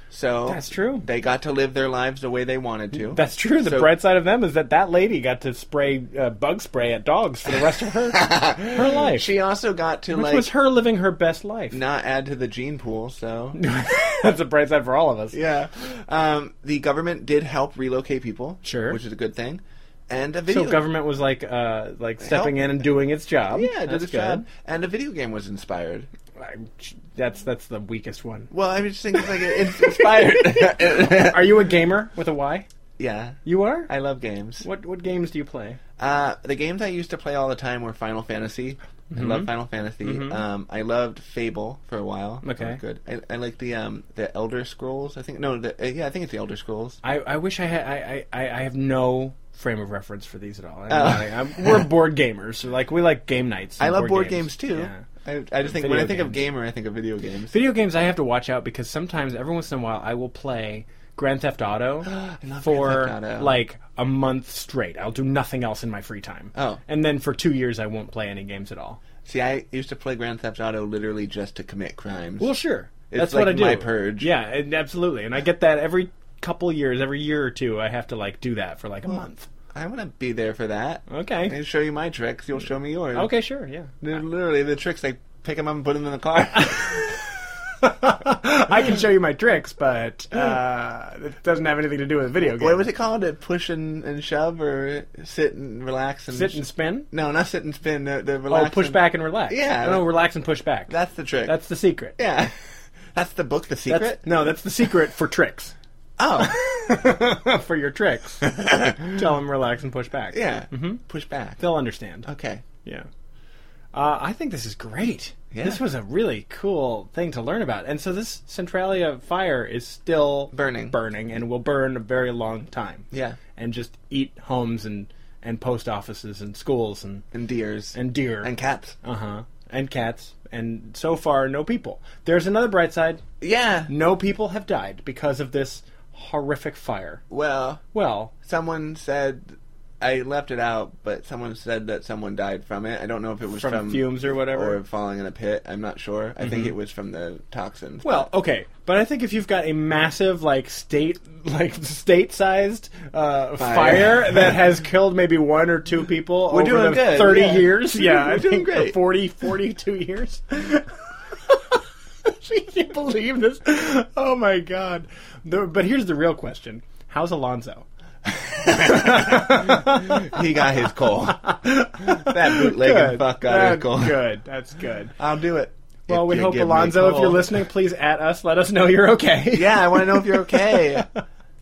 Speaker 2: So
Speaker 1: That's true.
Speaker 2: They got to live their lives the way they wanted to.
Speaker 1: That's true. The
Speaker 2: So-
Speaker 1: bright side of them is that that lady got to spray uh, bug spray at dogs for the rest of her her life.
Speaker 2: She also got to
Speaker 1: Which
Speaker 2: like
Speaker 1: was her living her best life.
Speaker 2: not add to the gene pool. So
Speaker 1: That's a bright side for all of us.
Speaker 2: yeah, um, the government did help relocate people,
Speaker 1: Sure.
Speaker 2: which is a good thing. And a video,
Speaker 1: So government was like, uh, like stepping
Speaker 2: Help.
Speaker 1: in and doing its job.
Speaker 2: yeah, it did
Speaker 1: that's
Speaker 2: its job. And a video game was inspired.
Speaker 1: I'm- That's that's the weakest one.
Speaker 2: Well, I just think it's like it's inspired.
Speaker 1: Are you a gamer with a Y?
Speaker 2: yeah,
Speaker 1: You are.
Speaker 2: I love games.
Speaker 1: What what games do you play?
Speaker 2: Uh, the games I used to play all the time were Final Fantasy. I love
Speaker 1: Mm-hmm.
Speaker 2: Final Fantasy. Um, I loved Fable for a while. That
Speaker 1: Okay.
Speaker 2: was good. I, I like the um, the Elder Scrolls. I think no, the, uh, yeah, I think it's the Elder Scrolls.
Speaker 1: I, I wish I had. I, I, I I have no frame of reference for these at all. I'm not- I'm- we're board gamers. So like we like game nights. and
Speaker 2: Oh. I love board games, too.
Speaker 1: Yeah.
Speaker 2: I, I just think when
Speaker 1: Video
Speaker 2: I think of
Speaker 1: games.
Speaker 2: gamer, I think of video games.
Speaker 1: Video games I have to watch out because sometimes every once in a while I will play Grand Theft Auto
Speaker 2: love
Speaker 1: for
Speaker 2: Grand Theft Auto.
Speaker 1: like a month straight. I'll do nothing else in my free time.
Speaker 2: Oh.
Speaker 1: And then for 2 years I won't play any games at all.
Speaker 2: See, I used to play Grand Theft Auto literally just to commit crimes.
Speaker 1: Well, sure.
Speaker 2: It's
Speaker 1: That's what
Speaker 2: like
Speaker 1: I do.
Speaker 2: my purge.
Speaker 1: Yeah, and absolutely. And I get that every couple years, every year or two I have to like do that for like a month.
Speaker 2: I want to be there for that. I
Speaker 1: Okay.
Speaker 2: can show you my tricks. You'll show me yours.
Speaker 1: Okay, sure. Yeah.
Speaker 2: They're literally the tricks. I pick them up and put them in the car.
Speaker 1: I can show you my tricks, but uh, it doesn't have anything to do with video games.
Speaker 2: what was it called? A push and, and shove, or sit and relax and
Speaker 1: Sit and spin?
Speaker 2: no, not sit and spin. The, the
Speaker 1: Oh,
Speaker 2: relax.
Speaker 1: push
Speaker 2: and-
Speaker 1: back and relax.
Speaker 2: Yeah.
Speaker 1: No, relax and push back.
Speaker 2: That's the trick.
Speaker 1: That's the secret.
Speaker 2: yeah. That's the book, The Secret.
Speaker 1: That's, no, that's the secret for tricks.
Speaker 2: Oh,
Speaker 1: for your tricks. Tell them relax and push back.
Speaker 2: yeah. Push back.
Speaker 1: Mm-hmm. They'll understand.
Speaker 2: Okay.
Speaker 1: Yeah. Uh, I think this is great.
Speaker 2: Yeah.
Speaker 1: This was a really cool thing to learn about. And so this Centralia fire is still
Speaker 2: Burning.
Speaker 1: burning and will burn a very long time.
Speaker 2: Yeah.
Speaker 1: And just eat homes and, and post offices and schools and,
Speaker 2: And deers
Speaker 1: and deer.
Speaker 2: and cats.
Speaker 1: uh-huh. And cats. And so far, no people. There's another bright side.
Speaker 2: Yeah.
Speaker 1: No people have died because of this horrific fire.
Speaker 2: Well,
Speaker 1: Well,
Speaker 2: someone said I left it out, but someone said that someone died from it. I don't know if it was
Speaker 1: From
Speaker 2: from,
Speaker 1: fumes or whatever? Mm-hmm.
Speaker 2: or falling in a pit. I'm not sure. I think it was from the toxins.
Speaker 1: well, okay, but I think if you've got a massive like state like state sized uh, fire.
Speaker 2: Fire.
Speaker 1: that has killed maybe one or two people
Speaker 2: We're
Speaker 1: over
Speaker 2: doing
Speaker 1: the
Speaker 2: good,
Speaker 1: thirty
Speaker 2: yeah.
Speaker 1: years, yeah, I
Speaker 2: We're doing
Speaker 1: think the
Speaker 2: great.
Speaker 1: 40, 42 years. Can you believe this? Oh my god! The- but here's the real question: How's Alonzo?
Speaker 2: he got his coal. that bootlegging fuck got his
Speaker 1: That's
Speaker 2: coal.
Speaker 1: good. That's good.
Speaker 2: I'll do it.
Speaker 1: Well,
Speaker 2: If
Speaker 1: we
Speaker 2: you
Speaker 1: hope
Speaker 2: give me
Speaker 1: Alonzo, if
Speaker 2: coal.
Speaker 1: you're listening, please at us. Let us know you're okay.
Speaker 2: Yeah, I want to know if you're okay.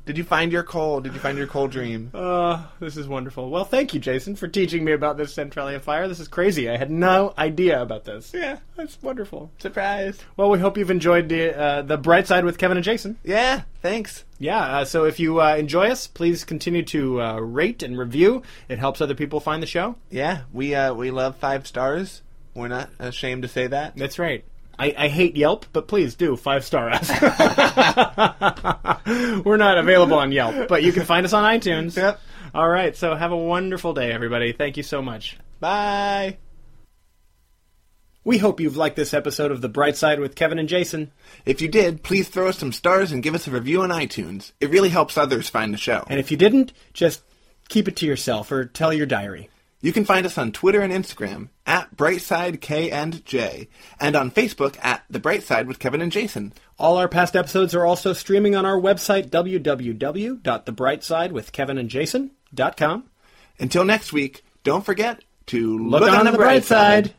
Speaker 2: Did you find your coal? Did you find your coal dream?
Speaker 1: Uh, this is wonderful. Well, thank you, Jason, for teaching me about this Centralia fire. This is crazy. I had no idea about this. Yeah, that's wonderful.
Speaker 2: Surprise!
Speaker 1: Well, we hope you've enjoyed the uh, the bright side with Kevin and Jason.
Speaker 2: Yeah, thanks.
Speaker 1: Yeah. Uh, so if you uh, enjoy us, please continue to uh, rate and review. It helps other people find the show.
Speaker 2: Yeah, we uh, we love five stars. We're not ashamed to say that.
Speaker 1: That's right. I, I hate Yelp, but please do five star us. We're not available on Yelp, but you can find us on iTunes.
Speaker 2: Yep.
Speaker 1: All right. So have a wonderful day, everybody. Thank you so much.
Speaker 2: Bye.
Speaker 1: We hope you've liked this episode of The Bright Side with Kevin and Jason.
Speaker 2: If you did, please throw us some stars and give us a review on iTunes. It really helps others find the show.
Speaker 1: And if you didn't, just keep it to yourself or tell your diary.
Speaker 2: You can find us on Twitter and Instagram at Brightside K and J, and on Facebook at The Bright Side with Kevin and Jason.
Speaker 1: All our past episodes are also streaming on our website, www.thebrightsidewithkevinandjason.com.
Speaker 2: Until next week, don't forget to
Speaker 1: Look, on, the bright side.